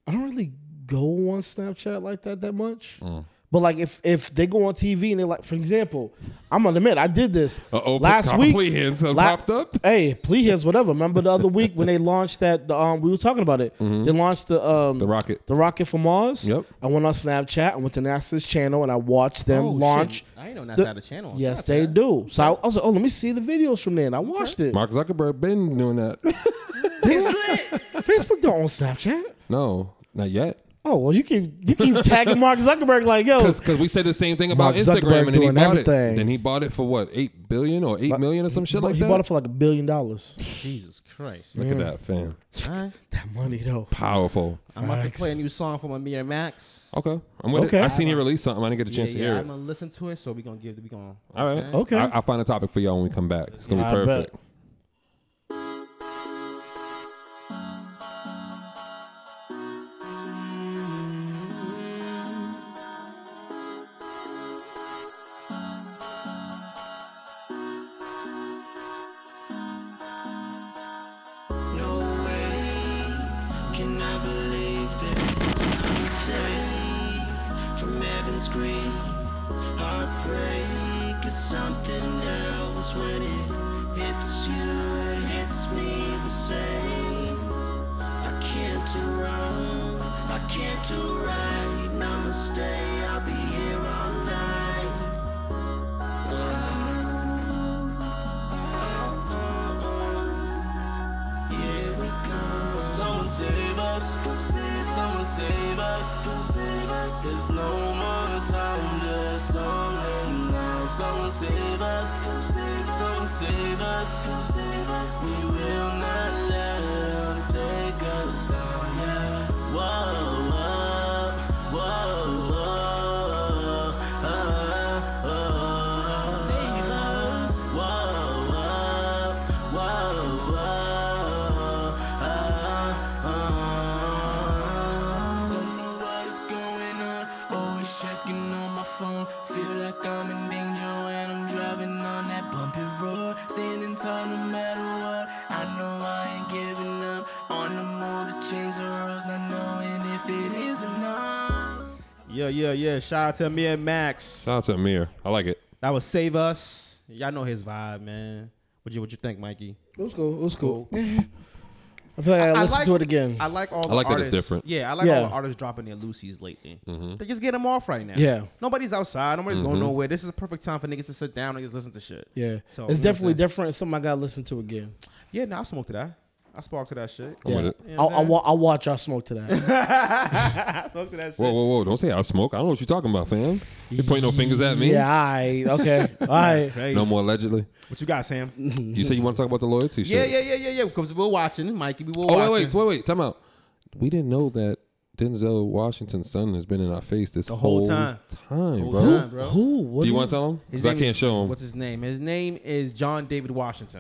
I don't really go on Snapchat like that that much. Mm. But like if if they go on TV and they like, for example, I'm gonna admit I did this Uh-oh, last Papa week. Plea Hands have uh, popped up. Hey, plea hands, whatever. Remember the other week when they launched that? The, um, we were talking about it. They launched the um Mm-hmm. The rocket. the rocket for Mars. Yep. I went on Snapchat. I went to NASA's channel and I watched them Oh, shit. launch. I ain't know NASA the- had a channel on Yes, Snapchat. they do. So I, I was like, oh, let me see the videos from there. And I watched it. Mark Zuckerberg been doing that. Facebook don't own Snapchat. no, not yet. Oh well, you keep you keep tagging Mark Zuckerberg like yo. Because we said the same thing about Mark Zuckerberg Instagram, and then he doing bought everything. it. Then he bought it for what eight billion or eight million or some shit But like he that. bought it for like a billion dollars. Jesus Christ. Look at that, fam. All right. That money though. Powerful. I'm about to Facts. play a new song from Amir Max. Okay, I'm with Okay. it. I seen he release something. I didn't get a Yeah, chance to yeah, hear I'm it. gonna listen to it, so we're gonna give we gonna All right. okay. Okay. I, I'll find a topic for y'all when we come back. It's gonna be Yeah, I bet. perfect. No way can I believe that I'm safe from heaven's grief. Heartbreak is something else when it hits you, it hits me the same. I can't do wrong, I can't do right. Namaste, I'll be here all night. Here we go. Someone save us. Someone save us. Save us. There's no more time just stalling now. Someone save us. Someone save us. Save us. We will not let 'em take us down. Yeah. Whoa, whoa, whoa, whoa. Uh, uh, Save us. Whoa, whoa, whoa, whoa. Uh, uh. Don't know what is going on. Always checking on my phone. Feel like I'm in danger when I'm driving on that bumpy road. Standing tall no matter what. I know I ain't giving up. On the move to change the rules, not knowing if it is enough. Yeah, yeah, yeah. Shout out to Amir Max. Shout out to Amir. I like it. That was Save Us. Y'all know his vibe, man. What you what you think, Mikey? It was cool. It was cool. I feel like I, listened like- to it again. I like all. The like that it's artists. different. Mm-hmm. Yeah, I like all Yeah. the artists dropping their Lucy's lately. They just get them off right now. Yeah. nobody's outside. Nobody's going nowhere. This is a perfect time for niggas to sit down and just listen to shit. yeah, So, it's you know what I'm definitely saying? different. It's something I gotta listen to again. Yeah, no, I smoked to that. I sparked to that shit. I'm with Yeah, it. I'll, I'll, wa- I'll watch y'all smoke to that. I smoked to that shit. Whoa, whoa, whoa! Don't say I smoke. I don't know what you're talking about, fam. You pointing no fingers at me. yeah, all right, okay, all right. Crazy. No more allegedly. What you got, Sam? You say you want to talk about the loyalty yeah, shit. yeah, yeah, yeah, yeah. Because we're watching, Mikey. We were Oh watching. wait, wait, wait, wait. Time out. We didn't know that Denzel Washington's son has been in our face this whole whole time. time, Whole bro. time, bro. Who? What Do you want to tell him? His Because I name is- can't show him. What's his name? His name is John David Washington,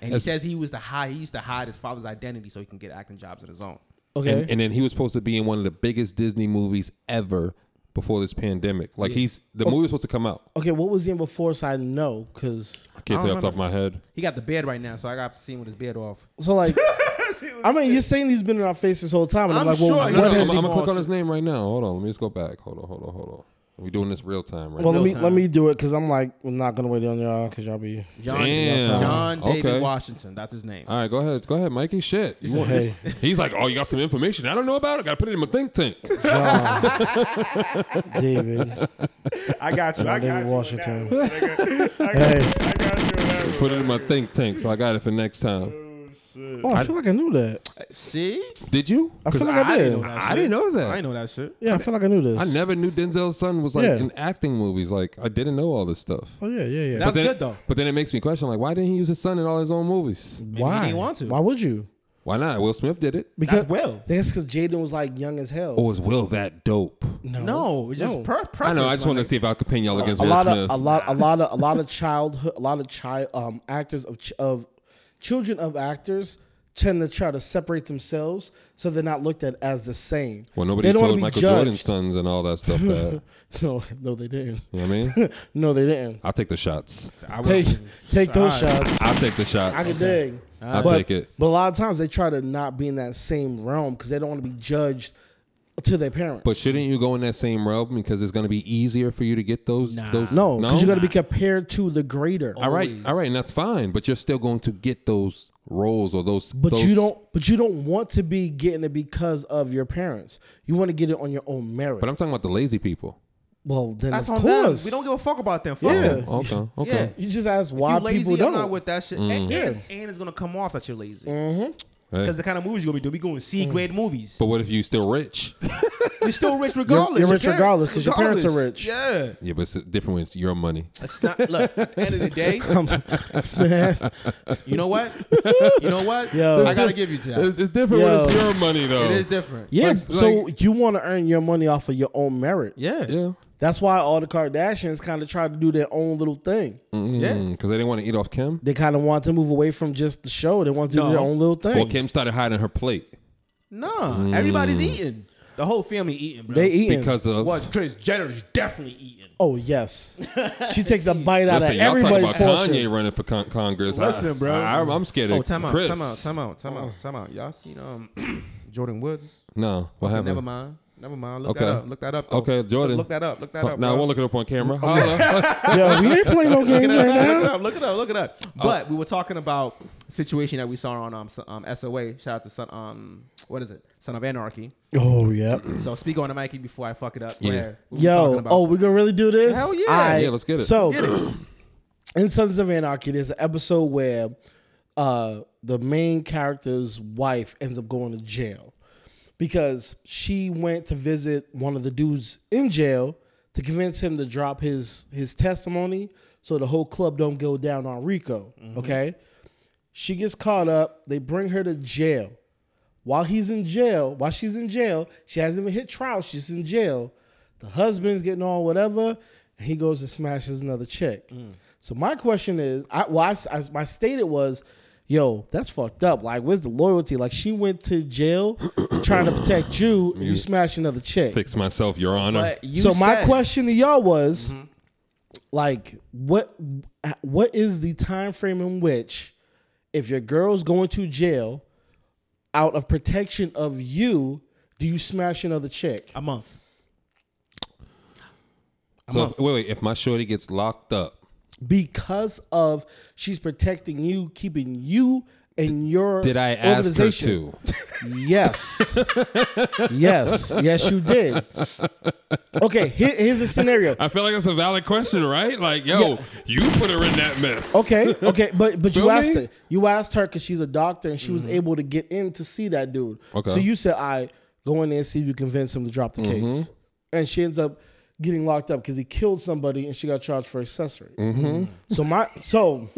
and he That's- says he was the high. He used to hide his father's identity so he can get acting jobs on his own. Okay, And, and then he was supposed to be in one of the biggest Disney movies ever before this pandemic. Like he's the movie was supposed to come out. okay. What was he in before? So I didn't know because I can't I tell don't off the top of my head. He got the beard right now, so I got to see him with his beard off. so like, I mean, you're saying he's been in our face this whole time, and I'm, I'm like, well, sure what he- No, no, has I'm, he? I'm gonna click gone on his name right now. Hold on, let me just go back. Hold on, hold on, hold on. We doing this real time right Well, let now. me let me do it because I'm like, I'm not gonna wait on y'all because y'all be. John, Damn. John David Okay. Washington. That's his name. All right, go ahead, go ahead, Mikey. Shit, You want Hey. this? he's like, oh, you got some information I don't know about. I gotta put it in my think tank. John, David, I got you. I got David you. Washington. Hey. I got you. on that put it in my think tank, so I got it for next time. Oh, I feel like I knew that. See, Did you? I feel 'Cause like I, didn't did. know that I shit. didn't know that. I didn't know that shit. Yeah, I feel like I knew this. I never knew Denzel's son was like Yeah. in acting movies. Like I didn't know all this stuff. Oh yeah, yeah, yeah. That was then, good though. But then it makes me question, like, why didn't he use his son in all his own movies? Maybe he didn't want to. Why would you? Why not? Will Smith did it. Because That's Will. That's because Jaden was like young as hell. Or is Will that dope? No, it's just No. per- I know. I preference, just want to like- see if I could pin y'all against a Will lot Smith. of a lot a lot of a lot of childhood a lot of child um actors of ch- of children of actors tend to try to separate themselves so they're not looked at as the same. well, They nobody don't wanna told be Michael judged. Jordan's sons and all that stuff that. No, no, they didn't. You know what I mean? No, they didn't. I'll take the shots. I would- Take take those shots. I'll take the I can shots. dig. I'll but, take it. But a lot of times they try to not be in that same realm because they don't want to be judged to their parents. But shouldn't you go in that same realm because it's going to be easier for you to get those? Nah. those no, because you're going to be compared to the greater. All right, all right, and that's fine. But you're still going to get those roles or those. But those- you don't. But you don't want to be getting it because of your parents. You want to get it on your own merit. But I'm talking about the lazy people. well, then That's of on them. course We don't give a fuck about them. Fuck Yeah. them. Oh, okay, okay. Yeah. You just ask You why lazy people or don't. not with that shit. And, Yeah. and, and it's gonna come off that you're lazy. Hey. Because the kind of movies you're gonna be doing, we going C grade movies. But what if you still rich? You're still rich regardless. you're Your rich regardless 'cause your parents are regardless. rich. Yeah, yeah, but it's different when it's your money. it's not. Look, at the end of the day, you know what? You know what? Yo. I gotta give you that. It's, it's different Yo. when it's your money, though. It is different. yeah. Like- so like- you want to earn your money off of your own merit. Yeah, Yeah, That's why all the Kardashians kind of tried to do their own little thing. Mm. yeah. because they didn't want to eat off Kim. They kind of want to move away from just the show. They want to No. do their own little thing. Well, Kim started hiding her plate Nah, everybody's Mm. eating. The whole family eating, bro. They eating. because of. What? Chris Jenner's definitely eating. oh yes, she takes a bite out Listen, of y'all talking everybody's about portion. Kanye running for con- Congress. I, Listen, bro. I, am scared of Oh, time out, Chris. time out, time out, time out, time out. Y'all seen um Jordan Woods? No, what happened? Never mind. Never mind. Look Okay. that up. Look that up. though. Okay, Look- Jordan. Look, that up. Look that Now up. I bro. won't look it up on camera. Holla. Yeah, we ain't playing no games right Look it now. up. Look it up. Look it up. Oh. But we were talking about situation that we saw on um, S- um SOA. Shout out to son um what is it? Son of Anarchy. Oh yeah. So speak on the Mikey before I fuck it up. Yeah. Where we were talking Yo, about- oh, we're gonna really do this? Hell yeah. Alright, Yeah, let's get it. So, Get it. in Sons of Anarchy, there's an episode where uh, the main character's wife ends up going to jail because she went to visit one of the dudes in jail to convince him to drop his his testimony so the whole club don't go down on Rico. Okay, she gets caught up. They bring her to jail. While he's in jail, while she's in jail, she hasn't even hit trial. She's in jail. The husband's getting all whatever, and he goes and smashes another chick. So my question is, I, well, I s- I s- my stated was, yo, that's fucked up. Like, where's the loyalty? Like, she went to jail trying to protect you, and you smash another chick. Fix myself, Your Honor. But you so my said- Mm-hmm. question to y'all was, like, what what is the time frame in which, if your girl's going to jail, out of protection of you, do you smash another chick? a month. So if, wait, wait. If my shorty gets locked up, Because of she's protecting you, keeping you and your did I ask her organization. to? Yes. yes. Yes, you did. Okay, here- here's a scenario. I feel like that's a valid question, right? Like, yo, you put her in that mess. Okay, okay, but but you Feel asked me? Mm-hmm. her. You asked her because she's a doctor and she was able to get in to see that dude. Okay. Mm-hmm. So you said, "I go in there and see if you convince him to drop the case," and she ends up getting locked up because he killed somebody and she got charged for accessory. Mm-hmm. So my so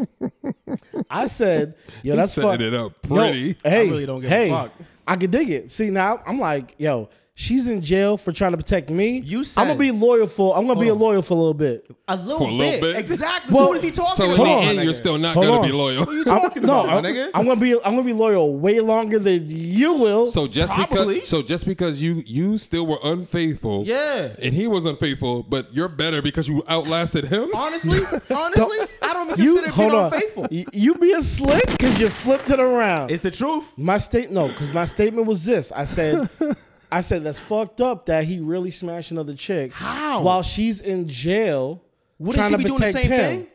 I said, "Yo, that's setting fuck- it up Yo, pretty. hey, really don't give a hey, fuck. I could dig it. See now, I'm like, yo." She's in jail for trying to protect me. You I'm said- gonna be loyal for. I'm gonna be a on. lawyer for a little bit. A little, For a little bit. Exactly. Well, so what is he talking So in about? the Hold on, end, my you're nigga. still not Hold gonna on. be loyal. talking I'm, no, about, my I'm, nigga? I'm gonna be I'm gonna be loyal way longer than you will. So just Probably. because, so just because you you still were unfaithful, Yeah. and he was unfaithful, but you're better because you outlasted him. honestly, honestly, I don't even you consider hold being on, unfaithful. Y- you be a slick because you flipped it around. It's the truth. my state no, because my statement was this. I said, I said that's fucked up that he really smashed another chick. How? While she's in jail, Wouldn't trying she to be doing the protect same him.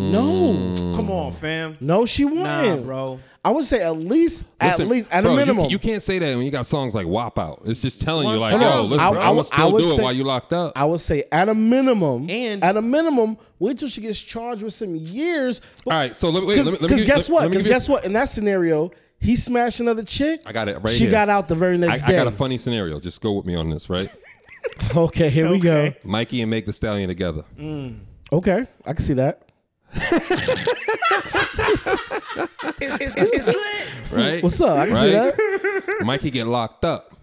No, Mm. Come on, fam. no, she wouldn't, Nah, bro. I would say at least, at Listen, least at bro, a you ca- minimum. You, can't say that when you got songs like "Wop Out." It's just telling you, like, Hold yo, on. listen, I- I, I am would- gonna I still would do it say- while you locked up. I would say at a minimum, And- at a minimum, wait till she gets charged with some years. All right, so let me- wait, let me- let me Because give- guess let- what? let me Because give you- guess what? In that scenario, he smashed another chick. I got it right She here. got out the very I, next I day. got a funny scenario. Just go with me on this, right? okay, here we go. Mikey and Make the Stallion Mm. together. Okay, I can see that. It's, it's, it's, it's lit. right? What's up? I can see Right? that. Mikey get locked up,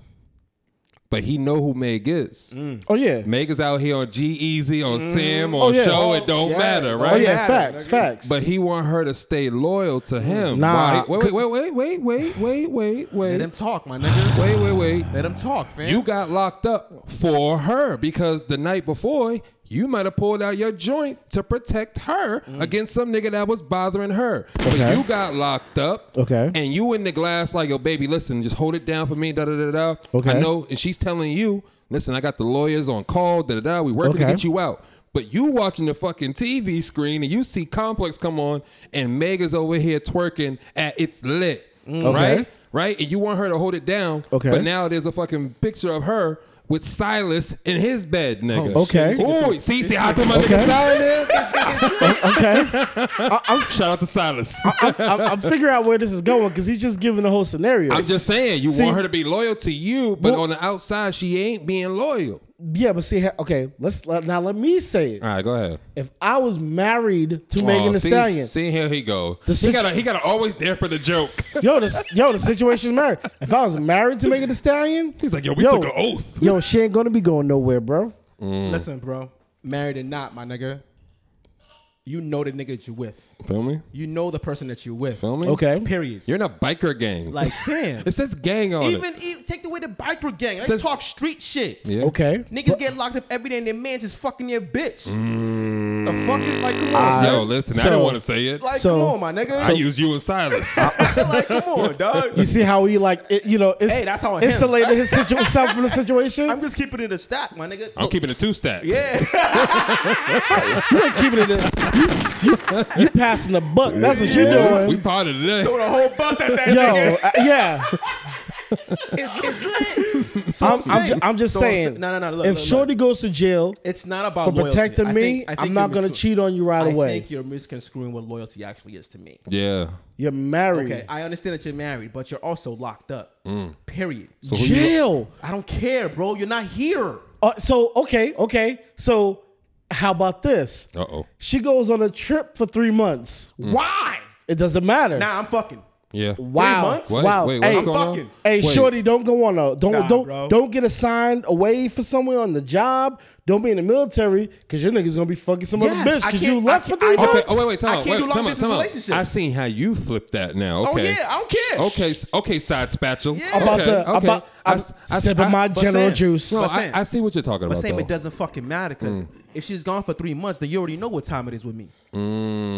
but he know who Meg is. Oh yeah. Meg is out here on G Easy, on Sam, on Oh, yeah. Show. Oh, it don't yeah. matter, Oh right? yeah. Facts. Facts. But he want her to stay loyal to him. Nah. Why- Wait, wait, wait, wait, wait, wait, wait, wait, Let wait, him talk, my nigga. wait, wait, wait. Let him talk, fam. You got locked up for her because the night before you might have pulled out your joint to protect her against some nigga that was bothering her. But Mm. Okay. you got locked up. Okay. And you in the glass like, yo, baby, listen, just hold it down for me, da da da da. Okay. I know, and she's telling you, listen, I got the lawyers on call, da da da. We working to Okay. get you out. But you watching the fucking TV screen and you see Complex come on and Meg is over here twerking at it's lit. Okay. Right? Right? And you want her to hold it down. Okay. But now there's a fucking picture of her with Silas in his bed, nigga. Oh, Okay. shit. Ooh, see, see how I threw my nigga Okay. Silas there? okay. Shout out to Silas. I'm, I'm, I'm figuring out where this is going because he's just giving the whole scenario. I'm just saying, you See- want her to be loyal to you, but Well- on the outside, she ain't being loyal. Yeah, but see, ha- okay. Let's let, now let me say it. All right, go ahead. If I was married to Megan Thee see, Stallion, See, here he go. The he situ- gotta, he gotta always there for the joke. yo, the yo, the situation's married. If I was married to Megan Thee Stallion, He's like, yo, we took an oath. Yo, she ain't gonna be going nowhere, bro. Listen, bro. Married or not, my nigga. You know the nigga that you with. Feel me? You know the person that you with. Feel me? Okay. Period. You're in a biker gang. Like, damn. it says gang on even, it. even take away the biker gang. Let's Says- talk street shit. Yeah. Okay. Niggas get locked up every day and their man's is fucking their bitch. The fuck is like, come on, I- Yo, son. listen, Mm. I So- didn't want to say it. Like, so- come on, my nigga. I use you and Silas. like, come on, dog. You see how he like, it, you know, it's, Hey, that's on him. insulated his situ- himself from the situation. I'm just keeping it a stack, my nigga. I'm Look, keeping the two stacks. Oh. Yeah. you ain't keeping it. In. You, you, you passing the buck. That's what you're doing. We parted today. The whole bus at that Yo, nigga. uh, yeah. It's, it's lit. So I'm, I'm, ju- saying- I'm just so I'm saying. sa- no, no, no. Look, if look, Shorty goes to jail it's not about for loyalty. protecting I me, think- I think I'm not you're gonna miscon- cheat on you right I away. think you're misconstruing what loyalty actually is to me. Yeah. You're married. Okay, I understand that you're married, but you're also locked up. Period. Mm. So who you- jail. I don't care, bro. You're not here. Uh, so okay, okay. So how about this? Uh-oh. She goes on a trip for three months. Mm. Why? It doesn't matter. Nah, I'm fucking. Yeah. wow. months? Wait, Wow. wait, what's hey, going fucking- on? hey, Wait. shorty, don't go on a don't Nah, don't bro. don't get assigned away for somewhere on the job. Don't be in the military because your nigga's gonna be fucking some Yes, other bitch I because can't- you I left for can't- three I- months. Okay, oh, wait, wait, I time out. can't Wait, do long time out, distance time out. relationship. I seen how you flipped that now. Oh, Okay. yeah, I don't care. Okay, s- okay, side spatula. Yeah. About okay, the okay. about I I'm s- I s- sipping I- my but general Sam- juice. No, But I, Sam- I see what you're talking But about. Sam, it though. doesn't fucking matter because Mm. if she's gone for three months, then you already know what time it is with me.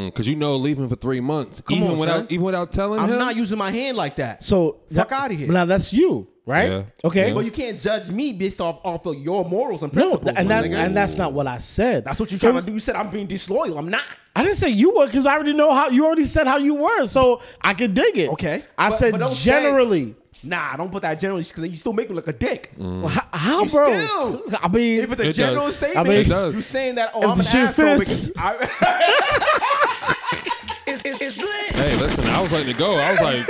Because you know, leaving for three months, Come even on, without son. even without telling I'm him. not using my hand like that. so fuck that- outta here. Now that's you, right? Yeah. Okay. Yeah. Well, you can't judge me based off off of your morals and No, principles. and my that nigga. and that's not what I said. that's what you're trying to do. You said I'm being disloyal. I'm not. I didn't say you were because I already know how you already said how you were, so I could dig it. Okay. I But- said but don't say- generally. Nah, don't put that generally because you still make me look a dick. Well, h- How, You bro? still- I mean, If it's a It general does. statement, I mean- It does. you saying that, oh, If I'm the an shoe asshole. fits. Because I, It's, it's, it's lit. hey, listen, I was like to go. I was like,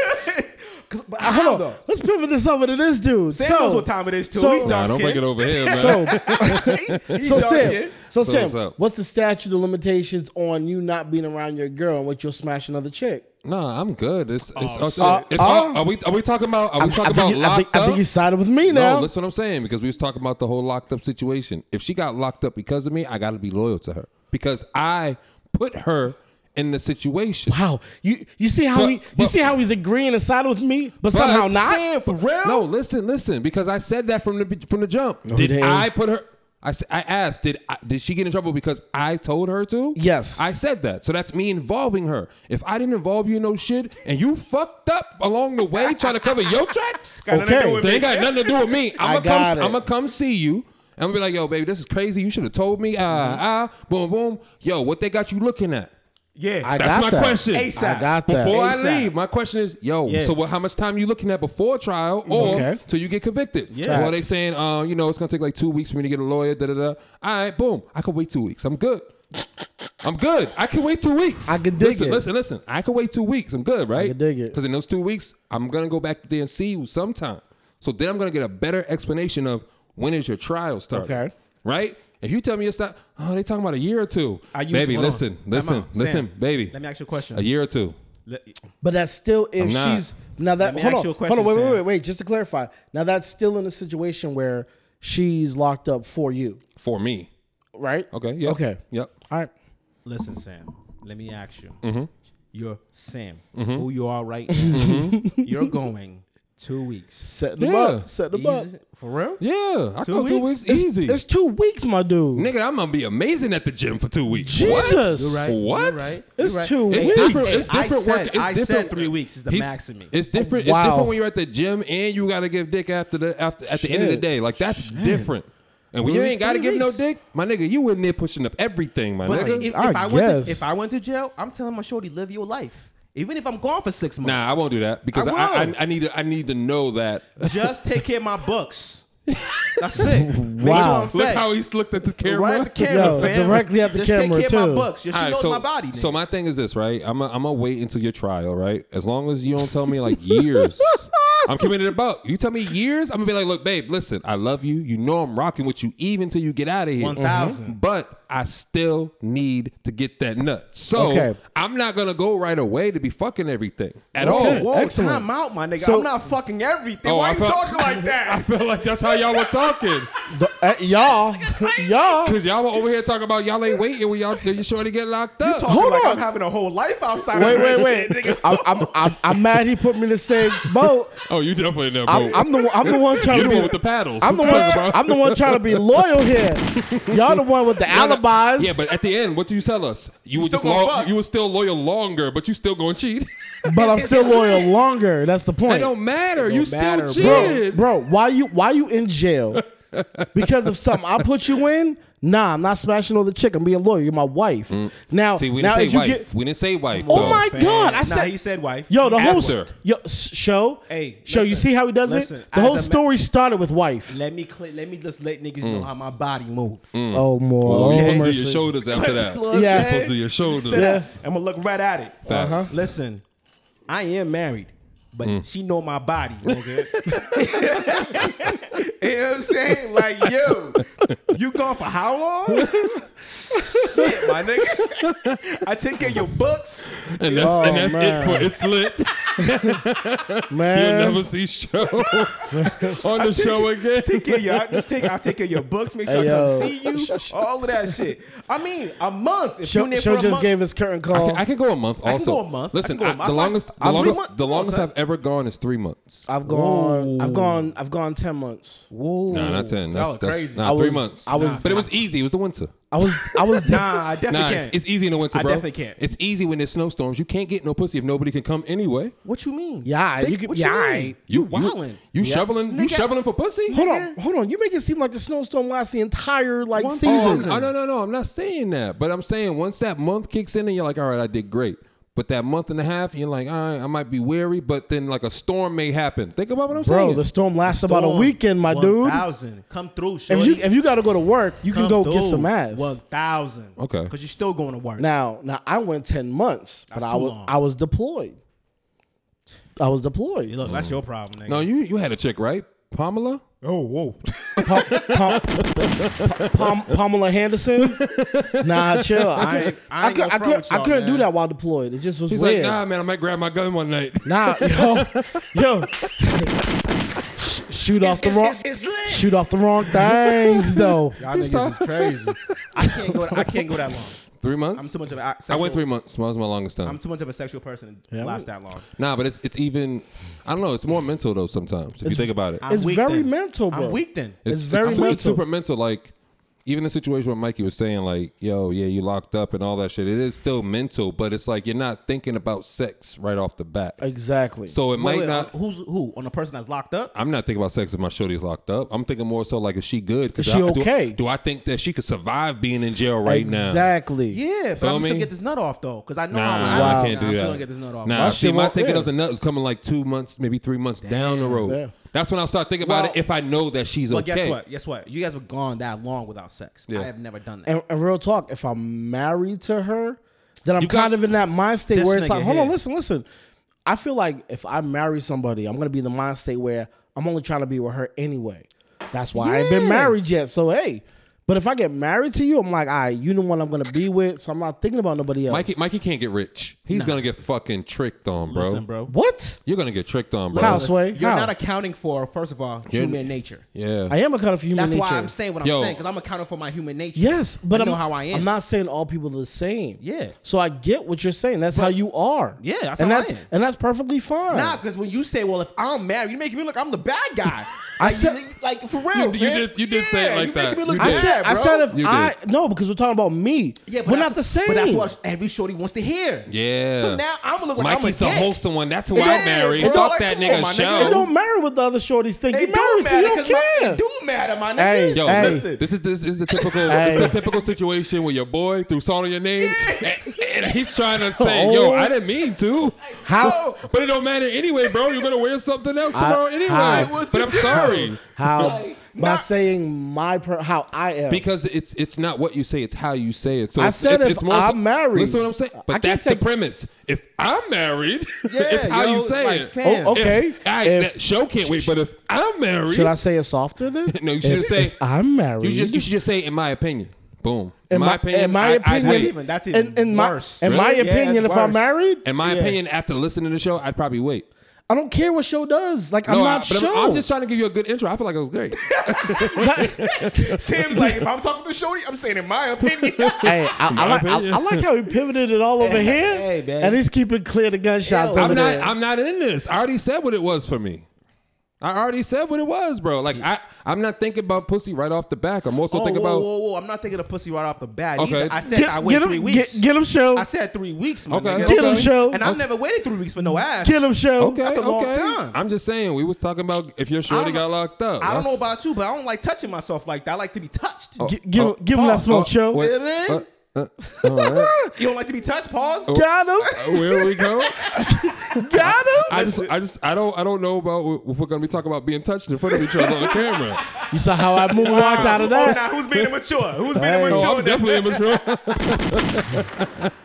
'Cause- but hold how on. though? Let's pivot this over to this dude. Sam so, knows what time it is too. so- He's Nah, nah, dark don't break it over here, man. So, so Sam, skin. So so Sam, what's up? what's the statute of limitations on you not being around your girl and what you'll smash another chick? nah, I'm good. It's it's, Oh, it's, Uh, it's uh, are we are we talking about are we I talking think, about you, I, locked think, I think up? you sided with me now. No, that's what I'm saying because we was talking about the whole locked up situation. If she got locked up because of me, I got to be loyal to her because I put her in the situation. wow, you you see how But- he you but- see how he's agreeing and siding with me, But- but, somehow not. Sam, for real? No, listen, listen, because I said that from the be- from the jump. did didn't. I put her? I, s- I asked, did I, did she get in trouble because I told her to? Yes. I said that. So that's me involving her. If I didn't involve you in no shit and you fucked up along the way trying to cover your tracks, Got nothing to do Okay. with they me. ain't got nothing to do with me. I I'm gonna got come. it. I'm gonna come see you. And I'm gonna be like, yo, baby, this is crazy. You should have told me. Ah, ah, boom, boom. Yo, what they got you looking at? Yeah. I That's got my that. question. ASAP. I got that. Before ASAP. I leave, my question is, yo, so what, how much time you looking at before trial or Okay. till you get convicted? Yeah. Well, they saying, uh, you know, it's gonna take like two weeks for me to get a lawyer. Da da da. All right, boom. I can wait two weeks. I'm good. I'm good. I can wait two weeks. I can dig listen, it. Listen, listen. I can wait two weeks. I'm good, right? can dig it. Because in those two weeks, I'm gonna go back there and see you sometime. So then I'm gonna get a better explanation of when is your trial starting. Okay. Right? If you tell me it's not, oh, they talking about a year or two. I used- baby, hold on. listen, Time listen, out. listen, Sam, baby. let me ask you a question. A year or two. Let- But that's still if I'm not. she's now that Let me hold ask on, you a hold on, question, wait, wait, Sam. wait, wait, just to clarify. Now that's still in a situation where she's locked up for you, for me. right? Okay. Yep. Okay. Yep. All right. Listen, Sam. Let me ask you. Mm-hmm. You're Sam, who you are right now. Mm-hmm. You're going two weeks. Set them Yeah. up. Set them up. Easy- For real? Yeah. I go two weeks? weeks It's- easy. It's two weeks, my dude. Nigga, I'm gonna be amazing at the gym for two weeks. Jesus. What? You're right. What? You're right. It's You're right. two It's weeks. different. Hey, It's I different said- work. It's I said different. three weeks is the He's- max for me. It's different. Wow. It's different when you're at the gym and you gotta give dick after the after at the end of the Shit. day. Like that's different. And when you ain't gotta give no dick, my nigga, you in there pushing up everything, my But see, nigga. if, if I I, went guess. to, if I went to jail, I'm telling my shorty, live your life. Even if I'm gone for six months, nah, I won't do that because I, I I, I, will. need to I need to know that. just take care of my books. That's it. Make sure I'm Wow. Look fed. how he's looked at the camera. Right at the camera, Yo, fam. directly at the Just camera, take care Of my too. books. She All right, knows so, my body. so nigga. my thing is this, right? I'm i I'm gonna wait until your trial, right? As long as you don't tell me like years, I'm committed about. You tell me years, I'm gonna be like, look, babe, listen, I love you. You know I'm rocking with you even till you get out of here. 1,000. But I still need to get that nut. So Okay. I'm not gonna go right away to be fucking everything at Okay. all. Whoa, Oh, Excellent. time out, my nigga. So- I'm not fucking everything. Oh, Why I you felt- talking like that? I feel like that's how y'all were talking. The- uh, y'all, y'all. Cause y'all were over here talking about y'all ain't waiting when y'all till you sure to get locked up. Talking Hold like on. I'm having a whole life outside Wait, of wait, this wait. shit, nigga. I'm, I'm, I'm, I'm mad he put me in the same boat. oh, you definitely in that I'm, boat. I'm the, one- I'm the one trying You're to the be one with the paddles. I'm the Talk one. about- I'm the one trying to be loyal here. Y'all the one with the Yeah, but- alibis. Yeah, but at the end, what do you sell us? You were still just gonna lo- fuck. you were still loyal longer, but you still going to cheat. But I'm still loyal longer. That's the point. It don't matter. you matter, still bro, cheated. bro, why you why you in jail? Because of something I put you in? Nah, I'm not smashing another chick. I'm being loyal. You're my wife. Now, Mm. See, we now didn't if say you wife. get we didn't say wife. Oh though. my God, I nah, said- he said wife. yo the whole After. st- yo s- show Hey, show you listen, see how he does listen, it. The whole as a ma- story started with wife. Let me cl- let me just let niggas Mm. know how my body move. Oh more. Oh, you Oh, mercy. supposed to your shoulders after that. Look, Yeah. hey, Supposed to your shoulders. sit Yeah. I'm gonna look right at it. Uh-huh. Facts. Listen, I am married, but she know my body, nigga. you know what I'm saying? Like, yo, you gone for how long? Shit, my nigga. I take care of your books. And that's, and that's it man. for it's lit. You'll Man, never see show on the show again. Take care of your, I just take, I'll take care of your books. Make sure Hey, I come yo. see you. All of that shit. I mean, a month. If show, you in there show for a just month, gave his curtain call. I could go a month. Also, can go a month. I Listen, can go a I- month. the longest, the I'll- I'll- longest, I'll- the longest I'll- I've ever gone is three months. I've gone. I've gone. I've gone ten months. Whoa. Nah, not ten. That's, was that's crazy. nah, I three was- months. I was- but it was easy. It was the winter. I was. I was. Nah, I definitely Nah, it's, can't. it's easy in the winter, I bro. definitely can't. It's easy when there's snowstorms. You can't get no pussy if nobody can come anyway. What you mean? Yeah, Think- you could- what yeah, mean? I- You, You wildin'. You, you shoveling? You Nigga. shoveling for pussy? Hold on, hold on. You make it seem like the snowstorm lasts the entire like One season. thousand. Oh, no, no, no. I'm not saying that. But I'm saying once that month kicks in and you're like, all right, I did great. But that month and a half, you're like, all right, I might be weary. But then like a storm may happen. Think about what I'm Bro, saying. the storm lasts about a Storm. weekend, my dude. 1,000. Come through, shorty. If you if you got to go to work, you Come can go through. get some ass. 1,000. Okay. Because you're still going to work. Now, now I went ten months, but That's I too was long. I was deployed. I was deployed. Look, that's your problem, nigga. no, you you had a chick, right? Pamela? Oh, whoa. Pam, Pam, Pam, Pamela Henderson. Nah, chill. I, I ain't- I could, I, ain't gonna could, front I, could, with I y'all, couldn't do man. that while deployed. It just was He's weird. like, nah, man, I might grab my gun one night. Nah, yo, yo, Sh- shoot off the wrong, shoot off the wrong things though. Y'all niggas is crazy. I can't go. I can't go that long. three months? I'm too much of a I sexual, went three months. That was my longest time. I'm too much of a sexual person to Yeah, last we- that long. Nah, but it's it's even. I don't know. It's more mental though. Sometimes if you think about it, I'm It's weak very then. mental, bro. I'm weak then. It's very su- mental. super mental. Like even the situation where Mikey was saying, like, yo, yeah, you locked up and all that shit. It is still mental, but it's like you're not thinking about sex right off the bat. Exactly. So it Wait, might wait, not. uh, Who's who? On the person that's locked up? I'm not thinking about sex if my shorty's locked up. I'm thinking more so like, is she good? 'Cause Is she I- do- okay? Do, I think that she could survive being in jail right now? exactly. Yeah, but Feel I'm me? still get this nut off though, because I Oh, know how Nah, I'm I can't nah, do I'm that. still gonna get this nut off. Nah, My see, shit my won't- thinking yeah. of the nut is coming like two months, maybe three months down the road. Damn. That's when I'll start thinking Well, about it if I know that she's But okay. guess what? Guess what? You guys were gone that long without sex. Yeah. I have never done that. And, and real talk, if I'm married to her, then I'm You kind got- of in that mind state This where it's nigga like, hold on, here. listen, listen. I feel like if I marry somebody, I'm gonna be in the mind state where I'm only trying to be with her anyway. That's why I ain't been Yeah. married yet. So hey, But if I get married to you, I'm like, all right, you the one I'm gonna be with, so I'm not thinking about nobody else. Mikey, Mikey can't get rich. He's gonna get fucking tricked on, bro. Listen, bro. what? You're gonna get tricked on, bro. How, Sway? You're How? not accounting for, first of all, You're- human nature. Yeah. I am a cut for human That's nature. why I'm saying what I'm Yo. saying because I'm accounting for my human nature. Yes, but I I'm, know how I am. I'm not saying all people are the same. Yeah. So I get what you're saying. That's how you are. Yeah, that's and how I that's am. and that's perfectly fine. Nah, because when you say, "Well, if I'm married," you making me look I'm the bad guy. I like, said- you- like for real. You- you man. did- you did say it like you that. making Me look You I bad, did. said I bro. said if You I did. no because we're talking about me. Yeah, but we're that's- not the same. But that's what every shorty wants to hear. yeah. So now I'm gonna look like Mikey's I'm the a dick. wholesome one. That's who I Yeah, marry. bro. Fuck Like, that come on, nigga my nigga. It It show. don't matter what the other shorties think. They you married, so you don't 'cause my- care. It do matter, my nigga. Hey, Yo, hey. listen. This is this is the typical it's the typical situation where your boy threw salt on your name, and, and he's trying to say, "Yo, Oh. I didn't mean to." How- But it don't matter anyway, bro. You're gonna wear something else tomorrow how- anyway. It was But the I'm sorry How by not- saying my per, how I am. because it's it's not what you say; it's how you say it. So I it's, said it's, if it's more I'm married. Listen to what I'm saying. I But can't that's say- the premise. If I'm married, it's Yeah, how yo, you say like, it. fam. oh, okay. If, I, If- that show can't wait. But if I'm married, should I say it softer then? No, you shouldn't If- say- if I'm married. You should, you should just say, in my opinion. Boom. in my, opinion, in my I- I opinion, wait. even- that's even in, in my- worse. In my Really? Yeah, opinion, if that's I'm worse. married, in my yeah. opinion, after listening to the show, I'd probably wait. I don't care what show does. Like I'm No, not I, but sure. I'm, I'm just trying to give you a good intro. I feel like it was great. Tim's like, if I'm talking to Shorty, I'm saying in my opinion. hey, I, I, like, I, opinion. I like how he pivoted it all over here, hey, man. and he's keeping clear the gunshots Yo, over I'm not. there. I'm not in this. I already said what it was for me. I already said what it was, bro. Like I, I'm not thinking about pussy right off the back. I'm also Oh, thinking whoa, about. whoa, whoa! I'm not thinking of pussy right off the bat. Okay. either. I said I get, wait get three him, weeks. get, get him show, I said three weeks, my Okay, nigga. okay. get him show, And I've never waited three weeks for no ass. get him show. Okay, That's a okay. long time. I'm just saying we was talking about if your I shorty don't got know- locked up. I don't know That's- about you, but I don't like touching myself like that. I like to be touched. Gi- give oh, give him that smoke show. wait, uh, You know what I mean? You don't like to be touched? Pause. Oh. Got him, Where we go? got him. I just, I just, I don't, I don't know about if we're gonna be talking about being touched in front of each other on camera. You saw how I moved walked out of oh, that. now who's being immature? Who's being Hey. immature? No, Oh, I'm now? definitely immature.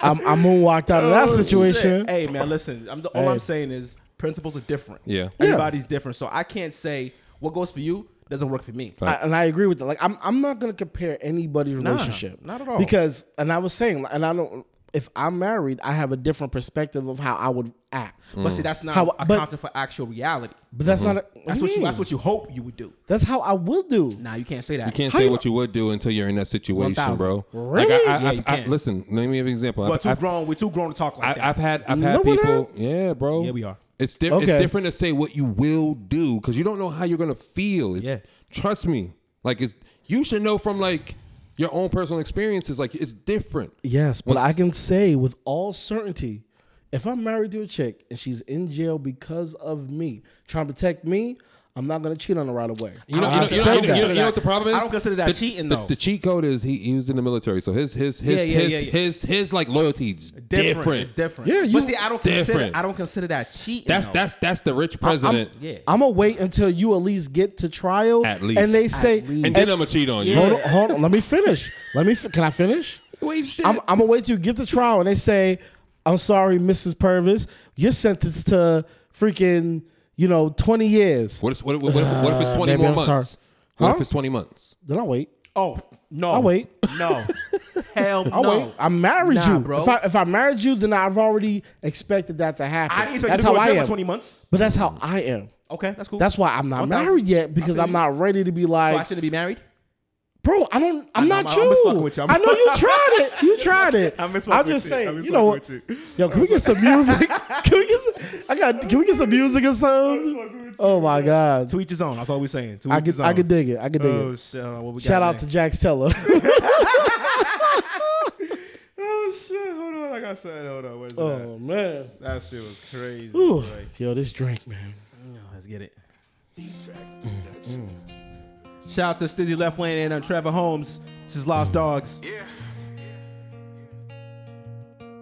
I'm, I moonwalked out of that situation. Shit. Hey man, listen. I'm the, all I'm saying is principles are different. Yeah. Yeah. everybody's different. So I can't say what goes for you doesn't work for me. I- and I agree with that. Like, I'm I'm not gonna compare anybody's relationship, not at all. Because, and I was saying, and I don't. If I'm married, I have a different perspective of how I would act. Mm. But see, that's not How- but- accounting for actual reality. But that's Mm-hmm. not. A, what That's do what you. mean? That's what you hope you would do. That's how I will do. Nah, you can't say that. You can't How say you- what you would do until you're in that situation, 1,000. bro. Like Really? I, I, Yeah, I- you I- can't. listen, let me give you an example. We're I've, too I've, grown. We're too grown to talk like I, that. have had, I've No, had we're people. Yeah, bro. Yeah, we are. It's, di- Okay. it's different to say what you will do because you don't know how you're gonna feel. It's, Yeah. Trust me. Like it's you should know from like your own personal experiences. Like it's different. Yes, but Once- I can say with all certainty, if I'm married to a chick and she's in jail because of me, trying to protect me, I'm not gonna cheat on her right away. You know, I you know, you know, said you know, that. you know- you know what the problem is? I don't consider that The- cheating, the- though. The, cheat code is he, he was in the military, so his his his Yeah, yeah, his, yeah, yeah. his his like loyalties different. different. It's different. Yeah, you- but see, I don't consider. Different. I don't consider that cheating. That's though. that's that's the rich president. Yeah. I'm gonna wait until you at least get to trial, At least. and they At say, and then I'm gonna cheat on you. Hold on, hold on. Let me finish. Let me. Fi- can I finish? Wait, shit. I'm, I'm gonna wait till you get to trial and they say, "I'm sorry, Mrs. Purvis, you're sentenced to freaking, you know, 20 years." What if, what, if- what, if, what if Uh, it's 20 maybe more I'm sorry. months? What Huh? if it's 20 months? Then I'll wait. Oh no. I'll wait. No. Hell no. I'll Oh, wait. I married Nah, you, bro. If I, if I married you, then I've already expected that to happen. I didn't expect that's you to how go I to jail am. for 20 months. But that's how I am. Okay, that's cool. That's why I'm not One thousand. married yet because feel I'm you. not ready to be So I like, shouldn't be married. bro. I don't. I'm know, not I'm- I'm you. just fucking with you. I'm- I know you tried it. You tried it. I'm just I'm fucking just with you. saying. I'm just you know what? fucking with you. Yo, can we get some music? can we get? Some, I got. Can we get some music or something? Oh my god. To each his own. That's all we're saying. To I each his could. own. I could dig it. I could dig Oh it. shit! hold on, What we Shout got out next? to Jack Teller. Oh shit! Hold on, like I said, hold on. Where's oh man. that? That shit was crazy. Ooh. Like, Yo, this drink, man. Oh, Let's get it. Mm-hmm. Shout out to Stizzy Left Lane and uh, Trevor Holmes. This is Lost Dogs. Yeah.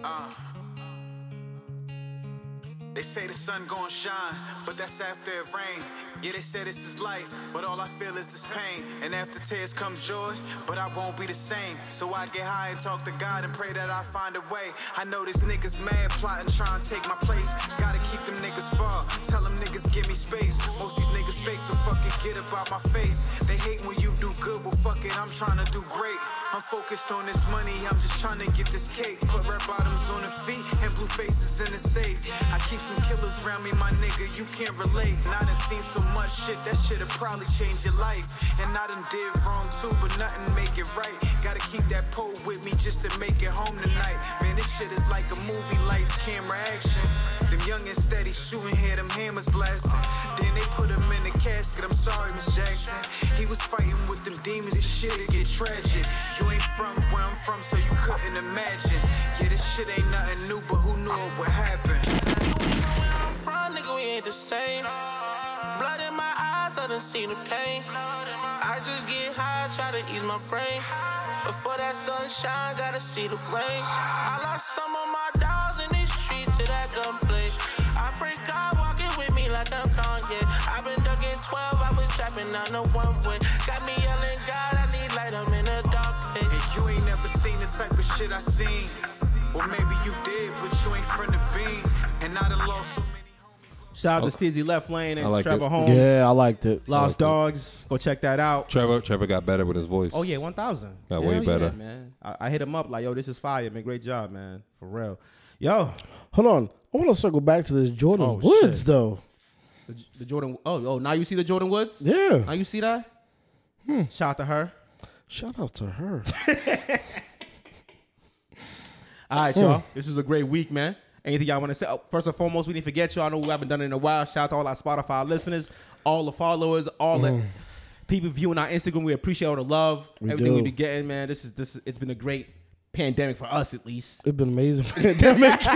Uh. They say the sun gon' shine, but that's after it rain. Yeah, they say this is life, but all I feel is this pain. And after tears come joy, but I won't be the same. So I get high and talk to God and pray that I find a way. I know this niggas mad, plotting, trying to take my place. Gotta keep them niggas far, tell them niggas give me space. Most these niggas fake, so fuck fuck it, get up out my face. They hate when you do good, but fuck it, I'm trying to do great. I'm focused on this money, I'm just trying to get this cake. Put red bottoms on the feet and blue faces in the safe. I keep some killers around me, my nigga, you can't relate. And I done seen so much shit, that shit'll probably change your life. And I done did wrong too, but nothing make it right. Gotta keep that pole with me just to make it home tonight. Man, this shit is like a movie, life camera action. Them young and steady shooting here, them hammers blasting. Then they put him in the casket. I'm sorry, Miss Jackson. He was fighting with them demons. This shit'll get tragic. You ain't from where I'm from, so you couldn't imagine. Yeah, this shit ain't nothing new, but who knew it would happen? Front nigga, we ain't the same. Blood in my eyes, I done seen the pain. I just get high, try to ease my brain. Before that sunshine, gotta see the rain. I lost some of my dogs in these streets to that gunplay. I pray God walking with me like I'm Kanye. I've been ducking 12, I was trapping on the one way. Got me yelling, God, I need light, I'm in the dark place. And you ain't never seen the type of shit I seen. Or maybe you did, but you ain't from the beam. And I done lost so many. Shout out to Stizzy Left Lane and I like Trevor it. Holmes. Yeah, I liked it. Lost I like it. Dogs. Go check that out. Trevor, Trevor got better with his voice. Oh yeah, one thousand. Got way better. man. I, I hit him up like, yo, this is fire, man. Great job, man. For real. Yo, Hold on. I want to circle back to this Jordan Oh, Woods shit. though. the, the Jordan. Oh, oh, now you see the Jordan Woods. Now Yeah. you see that. Shout out to her. Shout out to her. All right, y'all. This was a great week, man. Anything y'all want to say? Oh, first and foremost, we didn't forget y'all. I know we haven't done it in a while. Shout out to all our Spotify listeners, all the followers, all the people viewing our Instagram. We appreciate all the love, everything do. we be getting, man. This is this. is- It's been a great pandemic for us, at least. It's been amazing pandemic. You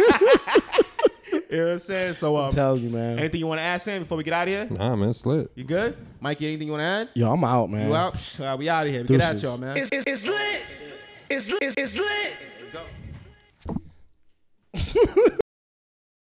know what I'm saying? So, um, Tell you, man. anything you want to ask Sam before we get out of here? Nah, man, it's lit. You good, Mikey? Anything you want to add? Yo, I'm out, man. You out? Psh, all right, we out of here. Get out, Deuces. y'all, man. It's, it's lit. It's lit. It's lit.